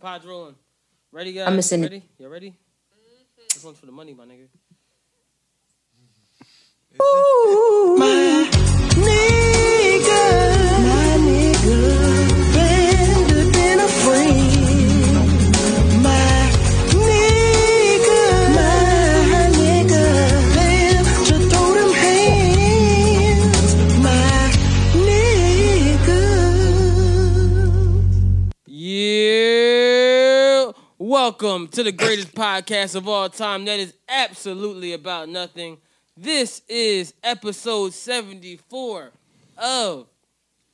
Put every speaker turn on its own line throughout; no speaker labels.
Pod's rolling. Ready, guys?
I'ma send it.
Ready? You ready? This one's for the money, my nigga. Yeah. Welcome to the greatest podcast of all time. That is absolutely about nothing. This is episode 74 of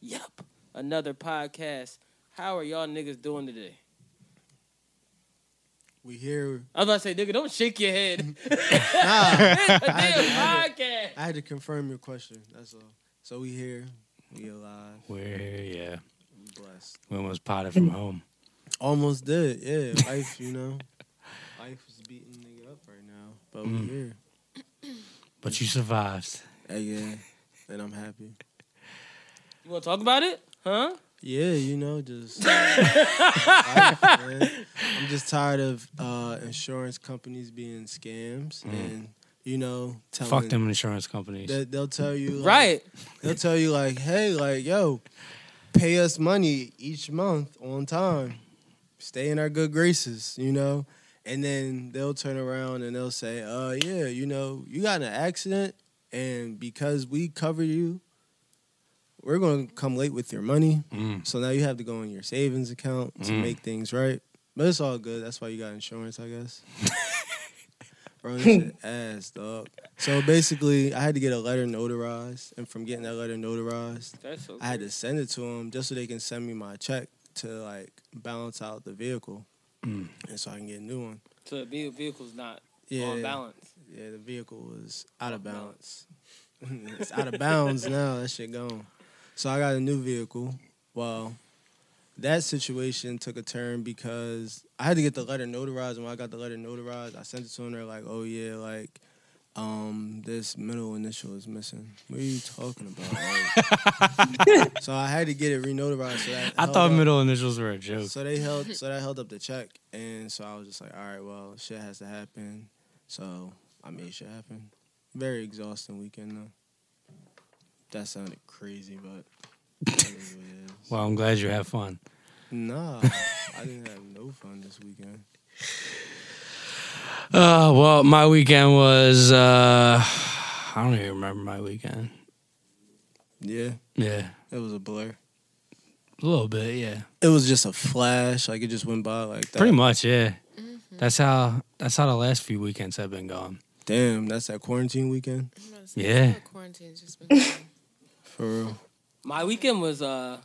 Yup, another podcast. How are y'all niggas doing today?
We here.
I was about to say, nigga, don't shake your head.
Nah,
It's a damn podcast.
I had to confirm your question. That's all. So we here. We alive.
We're here, yeah.
We blessed.
We almost potted from home.
Almost did. Yeah, life. You know, life is beating nigga up right now. But we
Mm.
here.
But you survived.
Hey, yeah. And I'm happy.
You want to talk about it? Huh?
Yeah, you know, just life, man. I'm just tired of uh, insurance companies being scams
Mm.
and you know telling
Fuck them insurance companies.
They, they'll tell you like,
Right.
They'll tell you like, hey, like, yo, pay us money each month on time. Stay in our good graces, you know? And then they'll turn around and they'll say, uh yeah, you know, you got in an accident and because we covered you, we're gonna come late with your money.
Mm.
So now you have to go in your savings account to
Mm.
make things right. But it's all good. That's why you got insurance, I guess. Bro, this shit ass, dog. So basically, I had to get a letter notarized, and from getting that letter notarized,
That's so
I had to send it to them just so they can send me my check to like balance out the vehicle,
Mm.
and so I can get a new one.
So the ve- vehicle's not
Yeah,
on balance.
yeah, the vehicle was out of balance. it's out of bounds now. That shit gone. So I got a new vehicle. Well, that situation took a turn because I had to get the letter notarized. And when I got the letter notarized, I sent it to them. They're like, "Oh yeah, like um, this middle initial is missing. What are you talking about?" Like, so I had to get it re-notarized. So that
I
held
thought
up-
middle initials were a joke.
so they held so that held up the check and so I was just like, all right, well, shit has to happen. So I made shit happen. Very exhausting weekend though. That sounded crazy, but that is what it is.
Well, I'm glad you had fun.
nah, I didn't have no fun this weekend.
Uh, well, my weekend was, uh, I don't even remember my weekend.
Yeah,
Yeah,
it was a blur.
a little bit, yeah.
It was just a flash, like it just went by like that.
Pretty much, yeah. That's how that's how the last few weekends have been going.
Damn, that's that quarantine weekend
I'm about to say,
Yeah.
I feel Quarantine's just been. going.
for real.
My weekend was uh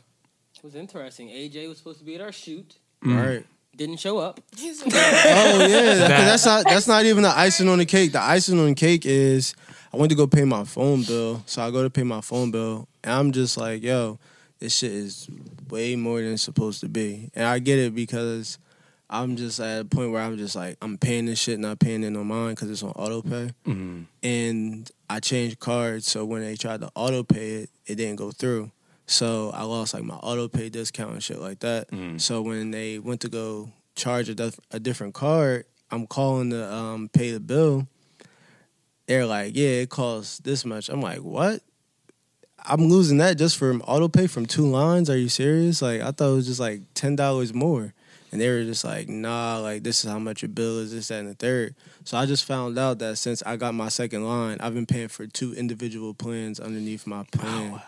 was interesting. AJ was supposed to be at our shoot,
Mm.
All right.
didn't show up.
He's
Oh yeah, that-
That-
that's not that's not even the icing on the cake. The icing on the cake is I went to go pay my phone bill, so I go to pay my phone bill, and I'm just like, yo, this shit is way more than it's supposed to be, and I get it because I'm just at a point where I'm just like, I'm paying this shit, not paying it on mine because it's on auto pay,
Mm.
and I changed cards, so when they tried to auto pay it, it didn't go through. So I lost like my auto pay discount and shit like that.
Mm.
So when they went to go charge a, dif- a different card, I'm calling to um, pay the bill. They're like, yeah, it costs this much. I'm like, what? I'm losing that just from auto pay from two lines. Are you serious? Like, I thought it was just like ten dollars more. And they were just like, nah, like this is how much your bill is, this, that, and the third. So I just found out that since I got my second line, I've been paying for two individual plans underneath my plan.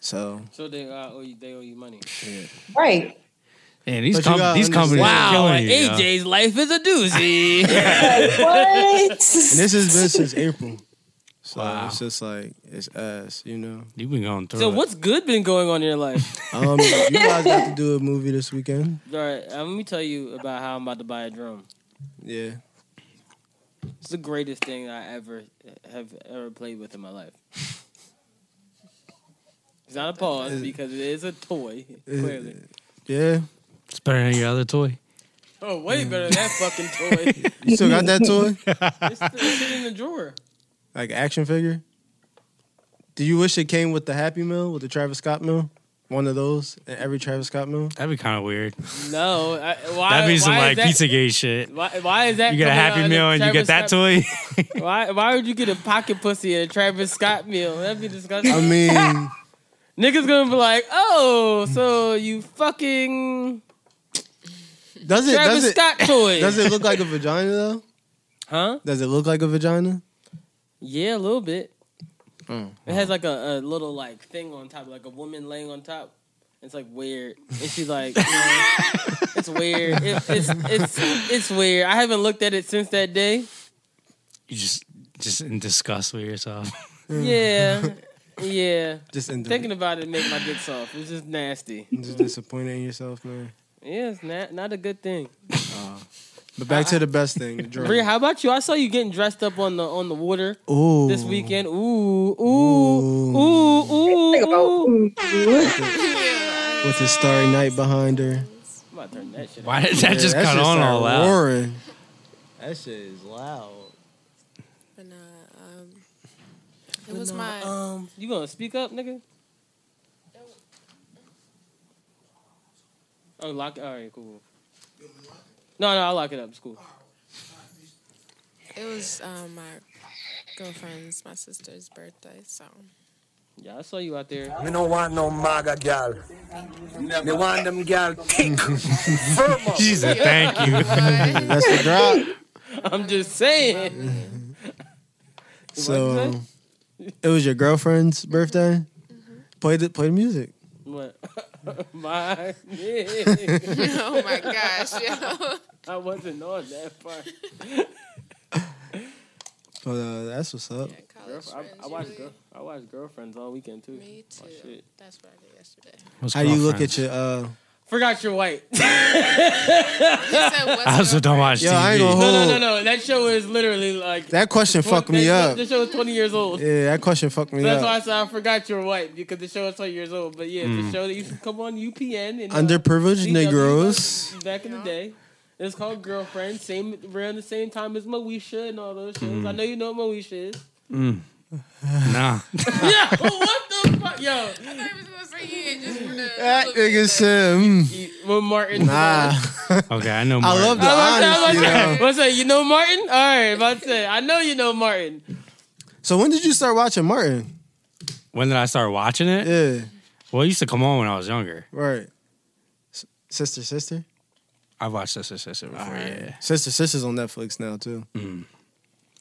So
So they uh, owe you they owe you money.
Right.
Man, these,
But you
com-
gotta
these companies
understand-
are killing you. yo.
AJ's life is a doozy.
Like, what?
And this has been since April. So
Wow.
it's just like it's ass, you know.
You've been going through
so
it.
what's good been going on in your life?
Um, you guys got to do a movie this weekend.
All right, uh, let me tell you about how I'm about to buy a drum.
Yeah,
It's the greatest thing I ever have ever played with in my life. It's not a pause because it is a toy, clearly.
yeah.
It's better than your other toy.
Oh, way better than that fucking toy.
You still got that toy,
It's still sitting in the drawer.
like action figure. Do you wish it came with the Happy Meal, with the Travis Scott meal? one of those in every Travis Scott movie?
That'd be kind of weird.
No, I, why?
That'd be some
why is
like
that-
Pizzagate shit.
Why, why is that?
You get a
coming out
Happy
in
Meal and you
Travis
get that
Scott-
toy.
Why? Why would you get a pocket pussy and a Travis Scott meal? That'd be disgusting.
I mean,
Niggas gonna be like, oh, so you fucking
does it
Travis
does it
Scott toy?
does it look like a vagina though?
Huh?
Does it look like a vagina?
Yeah, a little bit.
Mm.
It has like a, a little like thing on top, like a woman laying on top. It's like weird, and she's like, you know, it's weird. It, it's it's it's weird. I haven't looked at it since that day.
you just just in disgust with yourself.
Yeah,
Mm.
yeah.
Just in
Thinking about it made my dick soft. It's just nasty.
just disappointed in yourself, man.
Yeah, it's not not a good thing.
But back to the best thing, the drink.
Rhea, how about you? I saw you getting dressed up on the on the water
Ooh,
this weekend. Ooh,
Ooh.
ooh, ooh,
Think
ooh,
about-
ooh.
with the starry night behind her.
I'm about to turn that shit. off.
Why did that
Yeah,
just
that
cut
shit
on
start
all that?
roaring. That shit is loud.
But nah, um, it was my.
Um, you gonna speak up, nigga? Oh, lock. All right, cool. No, no, I'll lock it up. It's cool.
It was um, my girlfriend's, my sister's birthday. So
Yeah, I saw you out there.
We don't want no MAGA gal. They want them gal thick, firm up.
She said, "Thank you."
That's the drop.
I'm just saying.
so
What'd you Mm-hmm.
um, it was your girlfriend's birthday. Play the play the music.
What? My,
oh my gosh, yo.
I wasn't on that part.
But uh, that's what's up.
College
I,
friends,
I watched
usually.
girl, I watched girlfriends all weekend too.
Me too.
Oh, shit.
That's what I did yesterday.
What's
How you look
girlfriends?
at your uh
Forgot you're white.
You said, what's
I also don't watch
Yo,
TV.
I ain't gonna
No, no, no,
Oh.
no. That show is literally like
that question fucked me up.
The show is 20 years old.
Yeah, that question fucked me
So that's why I
up. Mm.
said I forgot you're white because the show is 20 years old. But yeah, it's a show that used to come on UPN and uh,
Underprivileged
CW
Negroes.
back in the day. It's called Girlfriend. Same around the same time as Moesha and all those shows.
Mm-hmm.
I know you know what Moesha is.
Nah.
yeah, what the fuck, yo?
I thought you were supposed to say, yeah, just for the.
That nigga said, mm,
Well, Martin.
nah.
Okay, I know.
I
Martin.
love the
I was about to say, I was about
honesty.
to say,
though.
what's that? You know Martin? All right, about to say, I know you know Martin.
So when did you start watching Martin?
When did I start watching it?
Yeah,
Well, it used to come on when I was younger.
right. S- Sister, sister.
I watched Sister Sister before. Yeah. Mm.
Sister, sister's on Netflix now too.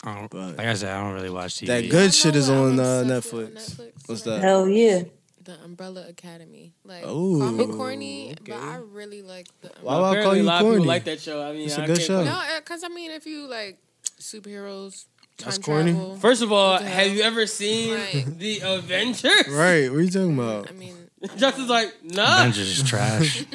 I don't,
But-
like I said, I don't really watch TV.
That good shit is
I know
on
what
uh,
I'm obsessed with on
Netflix.
Netflix.
What's
Like,
that?
Hell yeah.
The Umbrella Academy. Like,
Ooh,
call me corny, but
okay.
I really like the.
Why would I
Apparently, a lot
call you
of
corny?
people like that show. I mean,
It's
a
a good show.
No, because I mean, if you like superheroes, time
That's corny.
travel,
First of all,
What the hell?
have you ever seen
Right.
the Avengers?
Right? What are Uh, you talking about?
I mean,
Justin's like, nah.
Avengers is trash.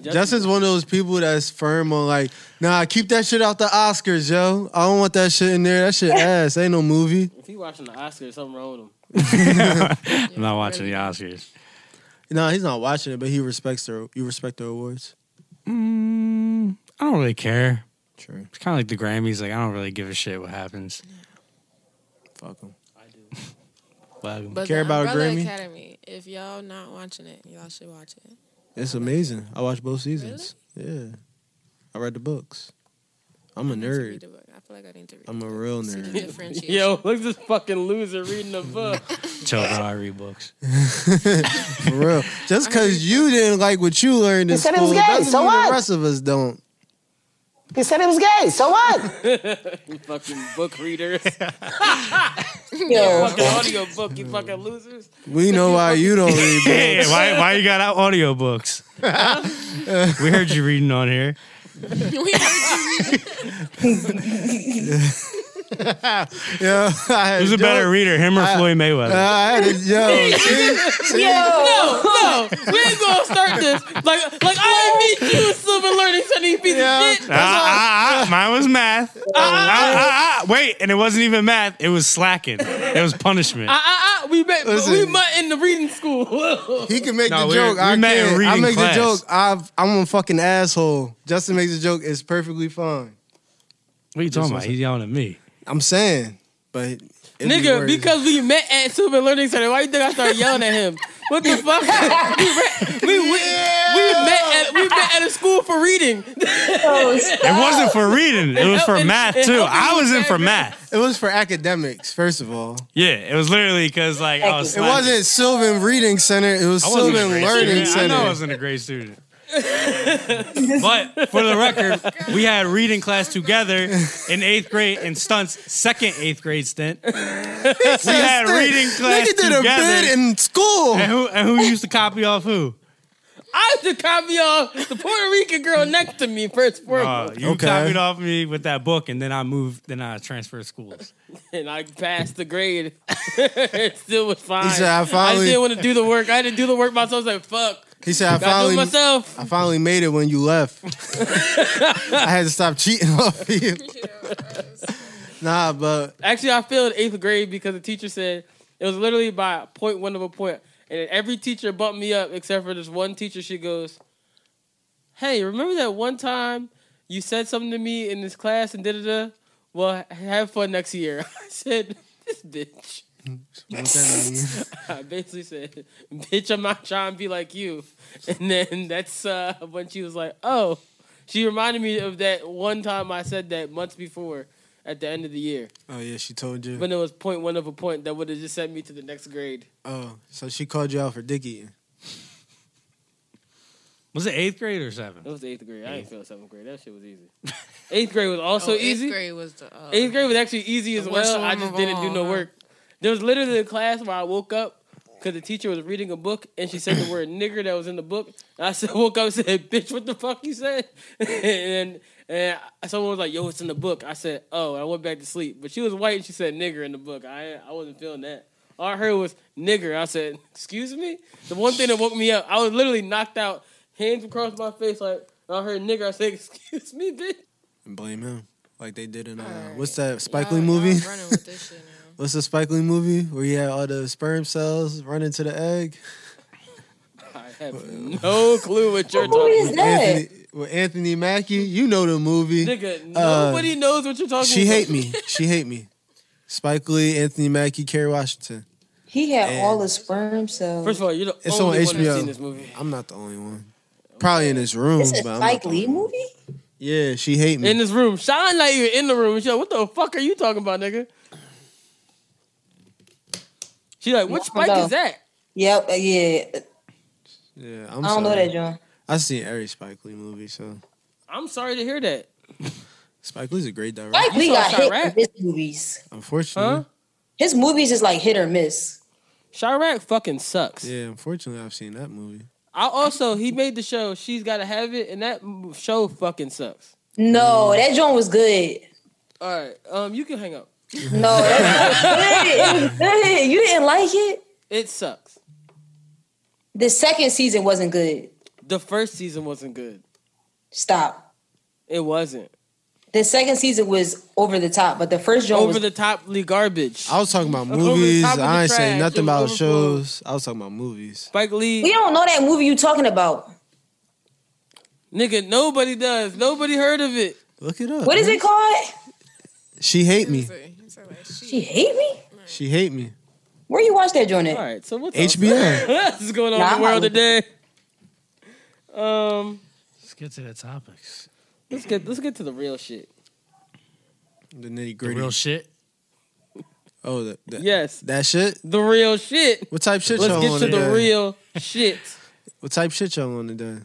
Justin's one of those people that's firm on like, nah, keep that shit out the Oscars, yo. I don't want that shit in there. That shit ass. Ain't no movie.
If he watching the Oscars, something wrong with him.
I'm not watching the Oscars.
No, he's not watching it, but he respects the you respect the awards.
Mm, I don't really care.
True.
It's kind of like the Grammys. Like I don't really give a shit what happens.
Fuck him.
I do.
Like,
but
Care
the
about a
Umbrella
Grammy?
Academy. If y'all not watching it, y'all should watch it.
It's amazing. I watched both seasons. Yeah. I read the books. I'm a
I need to read
nerd.
the book. I feel like I need to read.
I'm a real
See the
nerd.
differentiation.
Yo, look at this fucking loser reading a book.
children, I read books.
For real. Just cause you didn't like what you learned
He
in
said it
school
was gay,
doesn't
so
mean
what?
the rest of us don't.
He said it was gay. So what?
you fucking book readers.
Yo.
fucking audio book, you fucking losers.
We know why you don't read books.
Hey, why why you got out audio books? we heard you reading on here.
we heard you read.
Yo, I had
Who's a
jokes.
better reader, him or Floyd
Uh,
Mayweather?
I had a, yo, see?
Yo.
No, no, we ain't gonna start this. Like, like I didn't meet you, Sylvan Learning Sunny piece
Yeah.
of shit.
Ah, ah, ah, mine was math. Ah, ah, ah, ah. Wait, and it wasn't even math. It was slacking. It was punishment.
Ah, ah, ah, we met, we
Listen.
met in the reading school.
He can make
No,
the
we-
joke.
we
I
met in
can't. I
reading
make
class.
the joke. I've, I'm a fucking asshole. Justin makes a joke. It's perfectly fine.
What are you talking about? He's yelling at me.
I'm saying, but It'd be
Nigga,
worse.
because we met at Silver Learning Center, why you think I started yelling at him? What the fuck? we, re- we, we, we, met at, we met at a school for reading.
It wasn't for reading. It was for
helped-
math
it
too.
helped
I
you
was in for
remember.
math.
it was for academics, first of all.
Yeah, it was literally because like I was.
It
slacking.
wasn't Sylvan Reading Center. It was
I wasn't a
Sylvan
great
Learning
student. I
Center.
know I wasn't a great student. but for the record, we had reading class together in eighth grade and Stunt's second eighth grade stint. We had reading class
Nigga did a bid
together.
in school.
And who, and who used to copy off who?
I used to copy off the Puerto Rican girl next to me first form,
Uh, you
Okay.
copied off me with that book, and then I moved. Then I transferred schools.
and I passed the grade. it still was fine.
He said, "I
I just
finally,
didn't want to do the work. I didn't do the work myself. I was like, fuck.
he said, I
I do it
finally,
myself.
I finally made it when you left. I had to stop cheating off you. Nah, but
Actually, I failed eighth grade because the teacher said it was literally by point one of a point, and every teacher bumped me up except for this one teacher. She goes, "Hey, remember that one time you said something to me in this class and da da da? Well, have fun next year." I said, "This bitch."
what that mean?
I basically said, "Bitch, I'm not trying to be like you." And then that's uh, when she was like, "Oh." She reminded me of that one time I said that months before at the end of the year.
oh yeah, she told you.
But it was point one of a point that would have just sent me to the next grade.
oh, so she called you out for dick eating.
Was it eighth grade or
It
seven?
was eighth grade. I didn't feel seventh grade. That shit was easy. Oh, Eighth grade was also
Oh, eighth
easy.
grade was the uh,
Eighth grade was actually easy as
The
well.
worst
I
one
just
of
didn't do
all,
no
huh?
work. There was literally a class where I woke up because the teacher was reading a book and she said the word nigger that was in the book. And I said, woke up and said, bitch, what the fuck you said? and and someone was like, yo, it's in the book. I said, oh, and I went back to sleep. But she was white and she said nigger in the book. I I wasn't feeling that. All I heard was nigger. I said, excuse me? The one thing that woke me up, I was literally knocked out, hands across my face, like, I heard nigger. I said, excuse me, bitch.
And blame him, like they did in uh,
Alright.
what's that Spike
y'all-
Lee
y'all
movie?
running with this shit now.
What's the Spike Lee movie where he had all the sperm cells run into the egg?
I have no clue what you're
Who
talking
is that?
Anthony, with Anthony Mackie, you know the movie.
Nigga,
Uh,
nobody knows what you're talking
She
about.
hate me. She hate me. Spike Lee, Anthony Mackie, Kerry Washington.
He had
Man.
all the sperm cells.
First of all, you're the
It's
only
on
one that's
HBO.
seen this movie.
I'm not the only one. Probably in this room.
it's a
but I'm not
Spike
the
Lee
only one.
movie.
Yeah, she hate me.
In this room. Sean not even in the room. She's like, what the fuck are you talking about, nigga? She like, what
No,
spike
no.
is that?
Yep. uh, Yeah.
yeah, I'm
I'm I do not know
sorry.
that, John.
I seen every Spike Lee movie, so
I'm sorry to hear that.
Spike Lee's a great director.
Spike Lee
saw
got hit
Chirac?
with his movies.
Unfortunately,
His movies is like hit or miss.
Chirac fucking sucks.
yeah, unfortunately, I've seen that movie.
I also, he made the show She's Gotta Have It, and that m- show fucking sucks.
No,
Mm.
that John was good.
All right, um, you can hang up.
No, that was good. It was good. You didn't like it.
It sucks.
The second season wasn't good.
The first season wasn't good.
Stop.
It wasn't.
The second season was over the top, but the first John
Over
was
the toply garbage.
I was talking about
Over the
movies.
top of the
I ain't
trash,
saying nothing
it
about
was overflowed.
shows. I was talking about movies.
Spike Lee.
We don't know that movie you talking about.
Nigga, nobody does. Nobody heard of it.
Look it up.
What is
Mm-hmm.
it called?
She hate me.
It's like, shit.
She hate me.
She hate me.
Where you watch that joint?
All
at?
right, so what's
HBO.
What's going on
Nah,
in the world
I'm-
today? Um,
Let's get to the topics.
let's get let's get to the real shit.
The nitty
The real
gritty.
shit.
Oh, the, the,
Yes,
That shit.
the real shit.
What type shit
Let's
y'all
get
on
to the
today?
real shit.
What type shit y'all on today?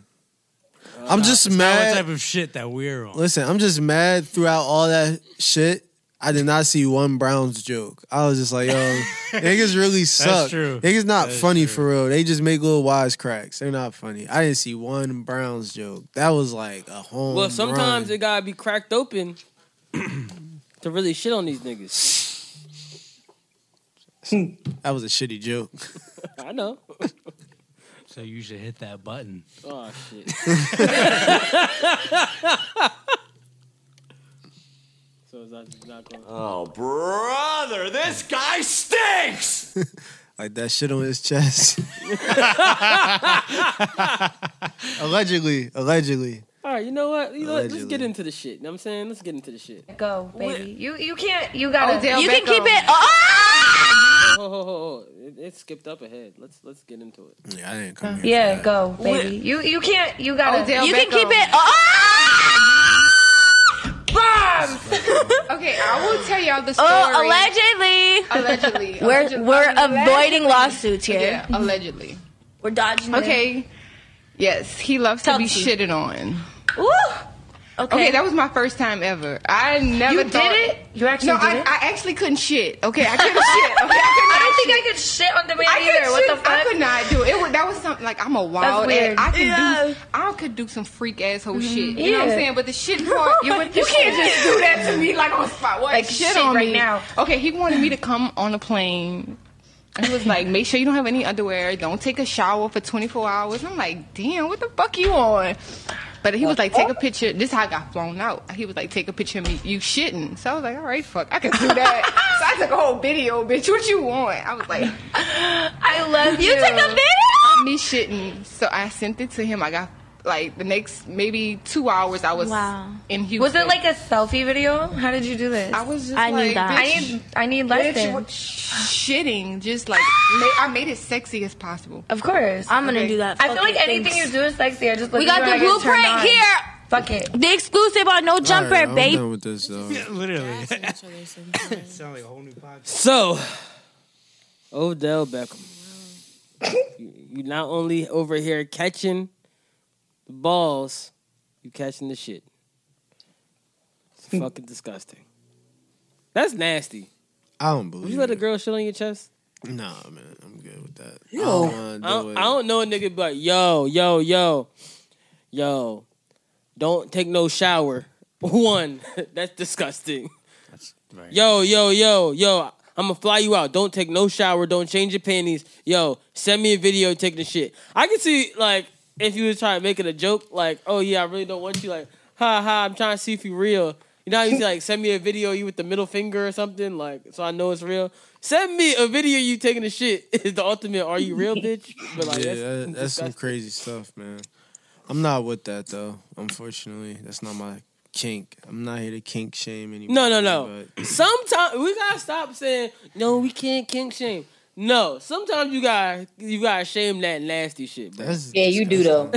Uh,
I'm just
Not what
mad.
type of shit that we're on.
Listen, I'm just mad throughout all that shit. I did not see one Browns joke. I was just like, yo, niggas really suck.
true.
Niggas not
That is
funny
true.
for real. They just make little wisecracks. They're not funny. I didn't see one Browns joke. That was like a home.
Well, sometimes
run.
it gotta be cracked open to really shit on these niggas.
that was a shitty joke.
I know.
So you should hit that button.
Oh shit. so is that not going?
Like that shit on his chest. allegedly, allegedly.
All right, you know what? You know, what? let's get
Allegedly.
into the shit. You know what I'm saying? Let's get into the shit.
Go, baby. You you can't. You gotta.
Odell
you can
Beckham.
keep it. Oh!
ho, ho, ho. It, it skipped up ahead. Let's let's get into it.
Yeah, I didn't come here.
Yeah,
for that.
go, baby. You you can't. You gotta.
Odell
you can
Beckham.
keep it. Oh, Ah! Bombs.
Okay, I will tell y'all the story.
Oh, allegedly.
allegedly.
We're
Alleged-
we're
allegedly.
avoiding lawsuits here.
Yeah, allegedly.
We're dodging. them.
Okay. Yes, he loves
Tell
to be
us.
shitted on.
Ooh. Okay.
Okay, that was my first time ever. I never
did
thought-
it? You actually
no,
did
I,
it?
I actually couldn't shit. Okay, I couldn't shit. Okay, I
I
couldn't
don't think I could shit on the man
I
either.
could
What the
shoot- I could
fuck?
not do it. it. Was, that was something like I'm a wild.
weird.
Ass. I could
Yeah.
do. I could do some freak asshole shit. You know what I'm
Yeah.
saying? But the shit part, you, would-
You can't
just do that to me like on spot. What?
Like, shit right
me.
now.
Okay, he wanted me to come on a plane. He was like, make sure you don't have any underwear. Don't take a shower for 24 hours. I'm like, damn, what the fuck you on? But he was like, take a picture. This is how I got flown out. He was like, take a picture of me. You shitting. So I was like, all right, fuck, I can do that. so I took a whole video, bitch. What you want? I was like,
I love you. You took a
Yeah.
video.
me shitting. So I sent it to him. I got like the next maybe two hours. I was
Wow.
in Houston.
Was it like a selfie video? How did you do this?
I was just
I need
like,
that.
I
bitch,
need I need
bitch, you were
lessons.
shitting. Just like ma- I made it sexy as possible.
Of course.
I'm gonna
Okay.
do that.
I feel
fucking
like anything
thing.
you do is sexy. I just
We got the blueprint here.
Fuck it.
The exclusive on No
All right,
Jumper,
I'm
babe.
done with this though.
Literally.
Each other sometimes.
Sound like a whole new podcast.
So, Odell Beckham, you, you not only over here catching the balls, you catching the shit. It's fucking disgusting. That's nasty.
I don't believe.
Would you let a
it.
girl shit on your chest?
Nah, man, I'm good with that. I don't
I
wanna do
don't,
it.
I don't know a nigga but yo, yo, yo, yo, don't take no shower. One, that's disgusting. Yo, yo, yo, yo, I'm gonna fly you out. Don't take no shower. Don't change your panties. Yo, send me a video taking the shit. I can see like if you was trying to make it a joke, like, oh yeah, I really don't want you. Like, ha ha, I'm trying to see if you real. You know how you say, like send me a video you with the middle finger or something like so I know it's real. Send me a video you taking the shit is the ultimate. Are you real, bitch? But like
yeah,
that's,
that- that's, some
disgusting.
crazy stuff, man. I'm not with that though. Unfortunately, that's not my kink. I'm not here to kink shame anymore.
No, no, no. Sometimes we gotta stop saying no. We can't kink shame. No, sometimes you gotta you gotta shame that nasty shit, bro.
That's
Yeah, you do though.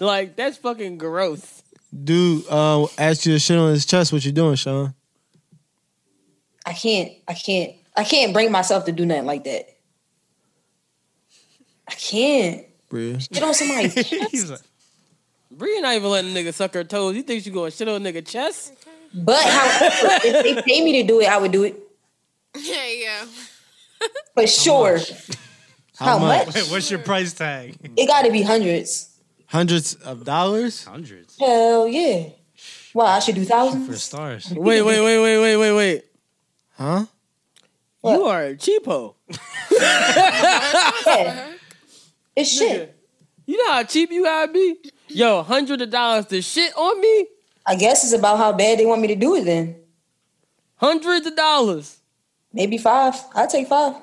like that's fucking gross.
dude. Uh, asked you to shit on his chest. What you doing, Sean?
I can't. I can't. I can't bring myself to do nothing like that. I can't.
Bria.
Get on somebody's
He's like,
Bree not even letting nigga suck her toes. You think she going shit on nigga chest?
But however, if they pay me to do it, I would do it
yeah, yeah.
for sure. How much?
Wait, what's your price tag?
It got to be hundreds.
Hundreds of dollars.
Hundreds
Hell yeah. Well, I should do
for
thousands.
stars.
Wait, wait, wait, wait, wait, wait, wait.
Huh?
You are a cheapo.
Yeah. It's shit.
You know how cheap you gotta be? Yo, hundred of dollars to shit on me?
I guess it's about how bad they want me to do it. Then
Hundreds of dollars.
maybe five. I take five.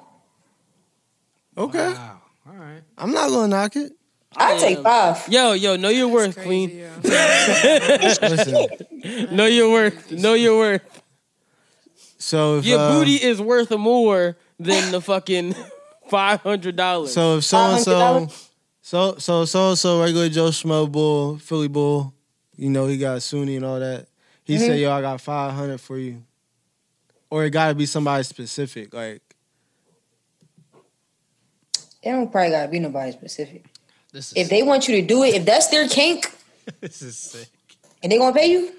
Okay.
Wow. All right.
I'm not gonna knock it.
I take five.
Yo, yo, know your worth,
Crazy,
queen.
yeah.
Listen.
Know your worth. Know your worth.
So if,
Your
uh,
booty is worth more than the fucking five hundred dollars.
So if so and so,
$500?
so so so so regular Joe Schmo bull, Philly bull, you know he got SUNY and all that. He
Mm-hmm.
said, "Yo, I got five hundred for you," or it got to be somebody specific. Like,
It don't probably gotta be nobody specific.
This is
If they want you to do it, if that's their kink,
this is sick.
and they gonna pay you,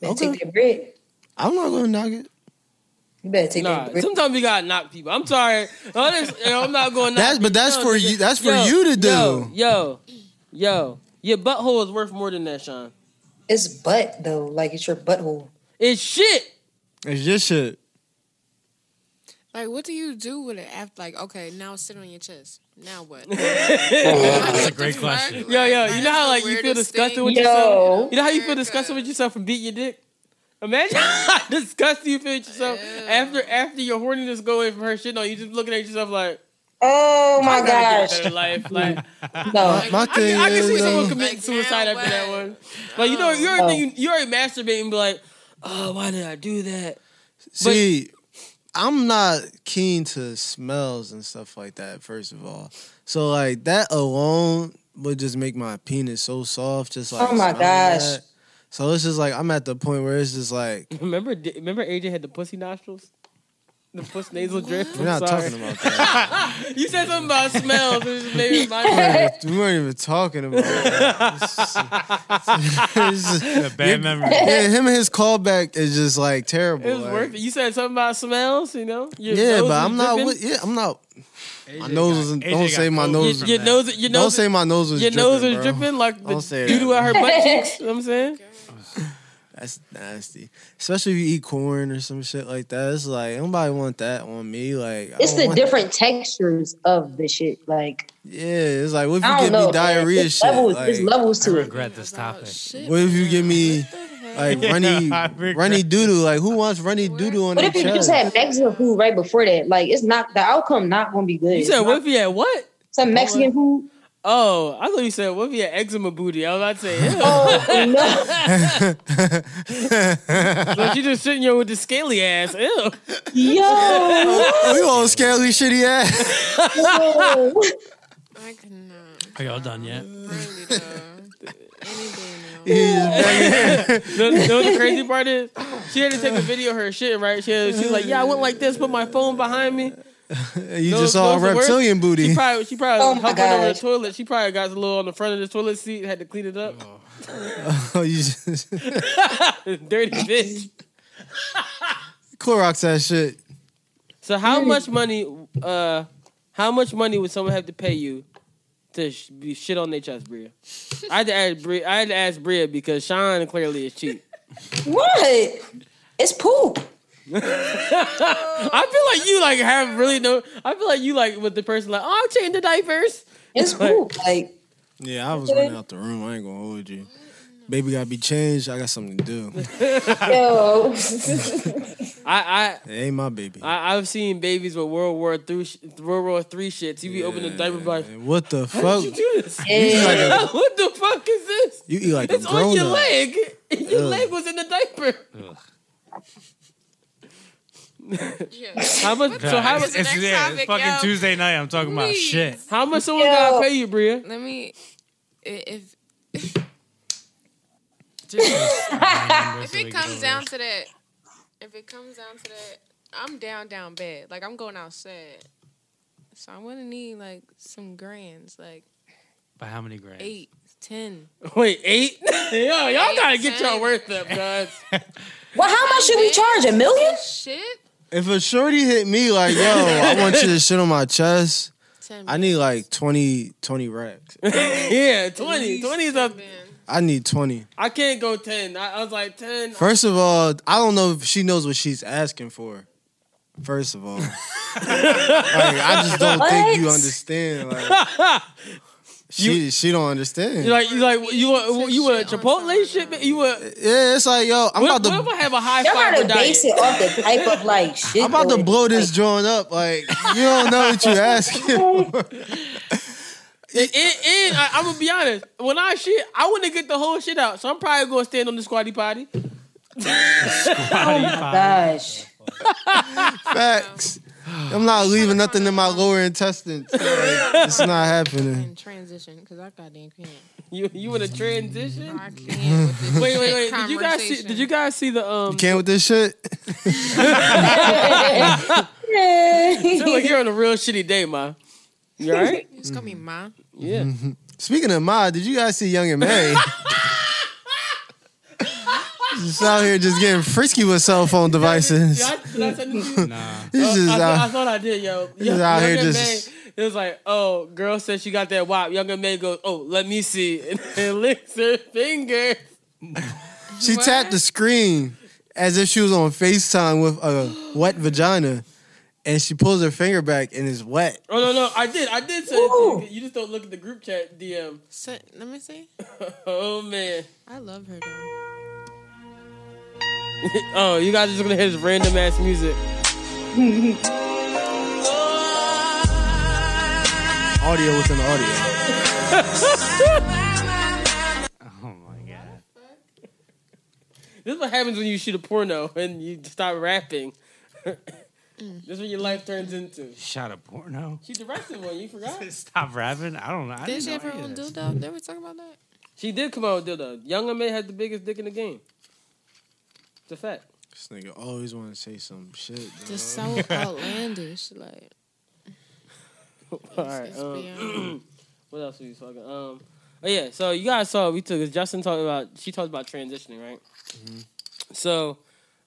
better
Okay.
take that bread.
I'm not gonna knock it.
You better take
Nah,
that bread.
sometimes you gotta knock people. I'm sorry. Honest, you know, I'm not going. to knock
That's but that's
people.
for
No,
you. That's for
yo,
you to do.
Yo, yo, yo, your butthole is worth more than that, Sean.
It's butt though, like it's your butthole.
It's shit.
It's your shit.
Like, what do you do with it after? Like, okay, now sit on your chest. Now what?
That's a great question.
Yo, yo, you know how like you feel disgusted with
Yo.
yourself. You know how you feel
Erica.
disgusted with yourself from beating your dick. Imagine how disgusted you feel with yourself after after your horniness go away from her shit. No, you just looking at yourself like
Oh my
I gotta get
gosh!
a better life. Like
No,
My thing
I can
is,
see
though,
someone
Like,
committing
now
suicide after that
what?
one. Like you know, you already
Oh.
think you, you already masturbating, and be like, oh, why did I do that?
See, I'm not keen to smells and stuff like that, first of all. So like that alone would just make my penis so soft, just like
Oh my
smelling
gosh.
that. So it's just like I'm at the point where it's just like
Remember, remember, AJ had the pussy nostrils, the puss nasal drip.
we're not talking about that.
You said something about smells. It just made me
we,
remind me.
weren't even, we weren't even talking about that. It's just-
A bad memory.
yeah, him and his callback is just like terrible.
It was
like-
worth it. You said something about smells. You know, your
Oh, Yeah,
nose
but
was
I'm not.
dripping.
With, yeah, I'm not. My nose was.
AJ
Don't
got
say my
COVID
nose.
from
your, your
that.
nose, your
Don't
nose,
say my nose was.
your
dripping,
nose
bro.
is dripping like
Don't
the
say
doo doo
that.
out her butt cheeks. You know what I'm saying.
That's nasty. Especially if you eat corn or some shit like that. It's like nobody want that on me. Like I
It's
don't
the
want
different textures of the shit. Like
that. Yeah, it's like what if you
I don't
give
know.
me
man.
diarrhea
It's
shit?
levels, it's
Like,
levels to it.
regret this topic.
what if you give me like runny
I regret-
runny doodle? Like who wants runny doodle on
What
their
if you just
chest?
had Mexican food right before that? Like it's not the outcome. Not gonna be good.
You said
It's
what
not-
if you had what?
some Mexican food?
Oh, I thought you said what if you had eczema booty. I was about to say, ew.
Oh no!
but you just sitting here with the scaly ass. Ew.
Yo,
Oh, you all scaly shitty ass.
yo.
I cannot.
Are y'all done yet?
Really though. Any day now.
You know, you know what the crazy part is? She had to take a video of her shit, right? She, had, she was like, yeah, I went like this, put my phone behind me.
you
Those-
just saw a
those are worse.
reptilian booty.
She probably, she probably
Oh
oh
my
over the
gosh.
toilet. She probably got a little on the front of the toilet seat and had to clean it up.
Oh, you just
Dirty bitch.
Clorox that shit.
So how much money, uh, how much money would someone have to pay you to sh- be shit on their chest, Bria? I had to ask Bria, I had to ask Bria because Sean clearly is cheap.
what? It's poop.
I feel like you like have really no. I feel like you like with the person like, oh, I'll change the diapers.
It's poop. Like
Yeah, I was running out the room. I ain't gonna hold you. Baby gotta be changed. I got something to do.
yo,
I
It ain't my baby.
I, I I've seen babies with World War Three, sh- World War Three shits. You be opening the diaper like,
Man, what the fuck?
you do this?
yeah.
what the fuck is this?
You eat like
It's
a
on
grown
your
up.
leg. Your
Ugh.
leg was in the diaper.
Yeah.
How much? so how much?
the next
yeah, it's
topic,
fucking
yo.
Tuesday night. I'm talking about
Please.
shit.
How much someone gotta
Yo.
pay you, Bria?
Let me. i- If if it comes down to that, if it comes down to that, I'm down, down bad. Like I'm going outside, so I'm gonna need like some grands, like
by how many grand?
eight, ten.
Wait, eight? Yo, y'all
Eight,
gotta get
ten.
y'all worth up, guys.
Well, how much should we charge? A million?
Shit,
If a shorty hit me like, yo, I want you to shit on my chest,
ten.
I need like 20, 20 racks.
yeah, 20. 20 is up.
man.
I need 20.
I can't go 10. I, I was like 10.
First of all, I don't know if she knows what she's asking for. First of all, like, I just don't think you
What?
understand. Like, she she don't understand.
You like you like you want you want a
Shit on
Chipotle
someone.
shit? You want?
yeah, it's like yo, I'm
What, what
about to
if I have a high
Y'all gotta
fiber
base
diet?
it off the type of like shit.
I'm about to
though.
blow this joint up. Like you don't know what you asking. For.
And, and I, I'm gonna be honest, when I shit, I want to get the whole shit out, so I'm probably gonna stand on the squatty potty.
Gosh.
Facts. I'm not leaving nothing in my lower intestines. Like, it's not happening.
And transition, cause I goddamn can't.
You you want to transition?
I can't with this
Wait, wait, wait.
shit
Did you guys see?
conversation.
Did you guys see the um?
Can't with this shit.
feel like you're on a real shitty day, ma. You all right?
Just call me ma.
Mm,
Yeah.
Speaking of Ma, did you guys see Young and May? just out here just getting frisky with cell phone devices.
Did I, did I send it to you?
Nah.
This is
I, thought- I
uh,
thought I did, yo.
is out here
Young
just-
May, it was like, oh, girl said she got that wop. Younger May goes, oh, let me see, and, and licks her finger.
she tapped the screen as if she was on FaceTime with a wet vagina. And she pulls her finger back and it's wet.
Oh no, no, I did, I did send it to you. You just don't look at the group chat DM.
So, let me see.
Oh man.
I love her though.
Oh, you guys are just gonna hear this random ass music.
Audio within the audio.
Oh my god.
This is what happens when you shoot a porno and you stop rapping. this is what your life turns into.
Shot a porno.
She directed one. You forgot?
Stop rapping. I don't know. I
Did
didn't
she
know
have her
any
own
of this.
dildo? Did we talk about that?
She did come out with dildo. Younger May had the biggest dick in the game. It's a fact.
This nigga always want to say some shit. dog.
Just so outlandish. Like,
All
it's,
right.
it's
Um,
beyond.
what else were you talking? Um, oh yeah. So you guys saw we took. Justin talked about. She talked about transitioning, right? So,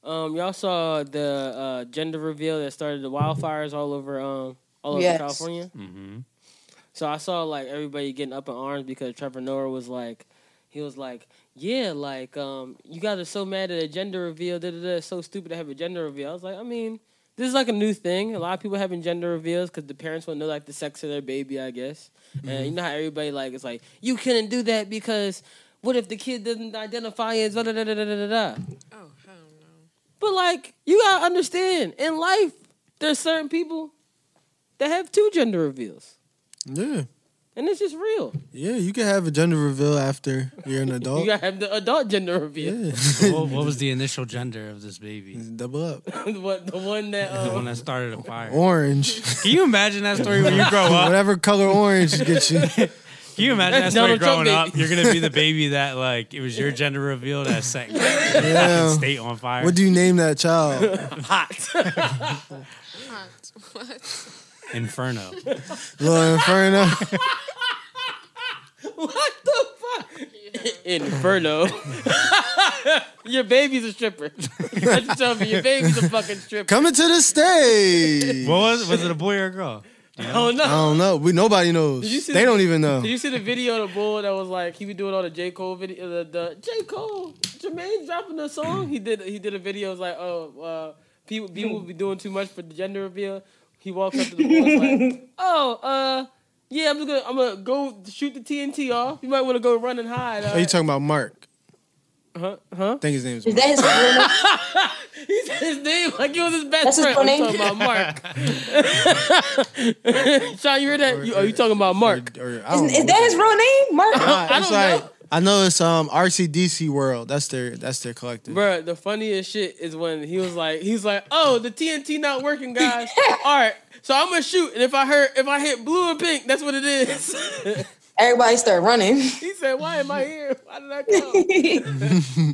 um, y'all saw the uh, gender reveal that started the wildfires all over um all over
Yes.
California.
Mhm.
So I saw like everybody getting up in arms because Trevor Noah was like, he was like, yeah, like um, you guys are so mad at a gender reveal, da da da, it's so stupid to have a gender reveal. I was like, I mean, this is like a new thing. A lot of people having gender reveals because the parents want to know like the sex of their baby, I guess. And you know how everybody like is like, you couldn't do that because what if the kid doesn't identify as da da da da da da.
Oh, I don't know.
But like, you gotta understand, in life, there's certain people that have two gender reveals,
Yeah,
and it's just real.
yeah. You can have a gender reveal after you're an
Oh.
adult.
You gotta have the adult gender reveal.
yeah,
What, what was the initial gender of this baby?
double up.
what the one that
The one
um,
that started a fire.
Orange,
Can you imagine that story when you grow up?
whatever color orange gets you.
Can you imagine that
That's
story
Donald
growing
Trump
up?
baby.
You're gonna be the baby that like it was your gender reveal that set fucking
Yeah.
state on fire.
What do you name that child?
hot.
Huh. What?
Inferno.
Little Inferno.
what the fuck? Inferno. your baby's a stripper. That's what tell me. Your baby's a fucking stripper.
Coming to the stage.
What was was it a boy or a girl?
Oh
I
no.
don't know. We nobody knows.
Did you see
They
the-
don't even know.
Did you see the video of the bull that was like he was doing all the J Cole video? The, the J Cole Jermaine dropping a song. He did he did a video. It was like oh uh, people people be doing too much for the gender reveal. He walks up to the bull. It's like oh uh yeah I'm just gonna I'm gonna go shoot the TNT off. You might want to go run and hide. uh.
Are you talking about Mark?
huh? Huh?
I think his name's
Is
Mark.
that his real name?
He said his name like it was his best
That's his
friend.
full
I'm
name?
talking about Mark. Sean, you heard that? You, are you talking about Mark?
Or, or, I don't
Is, is
know.
that his real name? Mark?
Nah, it's like I know it's um RCDC World. That's their that's their collective.
Bruh, the funniest shit is when he was like, he's like, oh, the TNT not working, guys. All right, so I'm gonna shoot, and if I hurt, if I hit blue and pink, that's what it is.
Everybody start running.
he said, why am I here? Why did I come?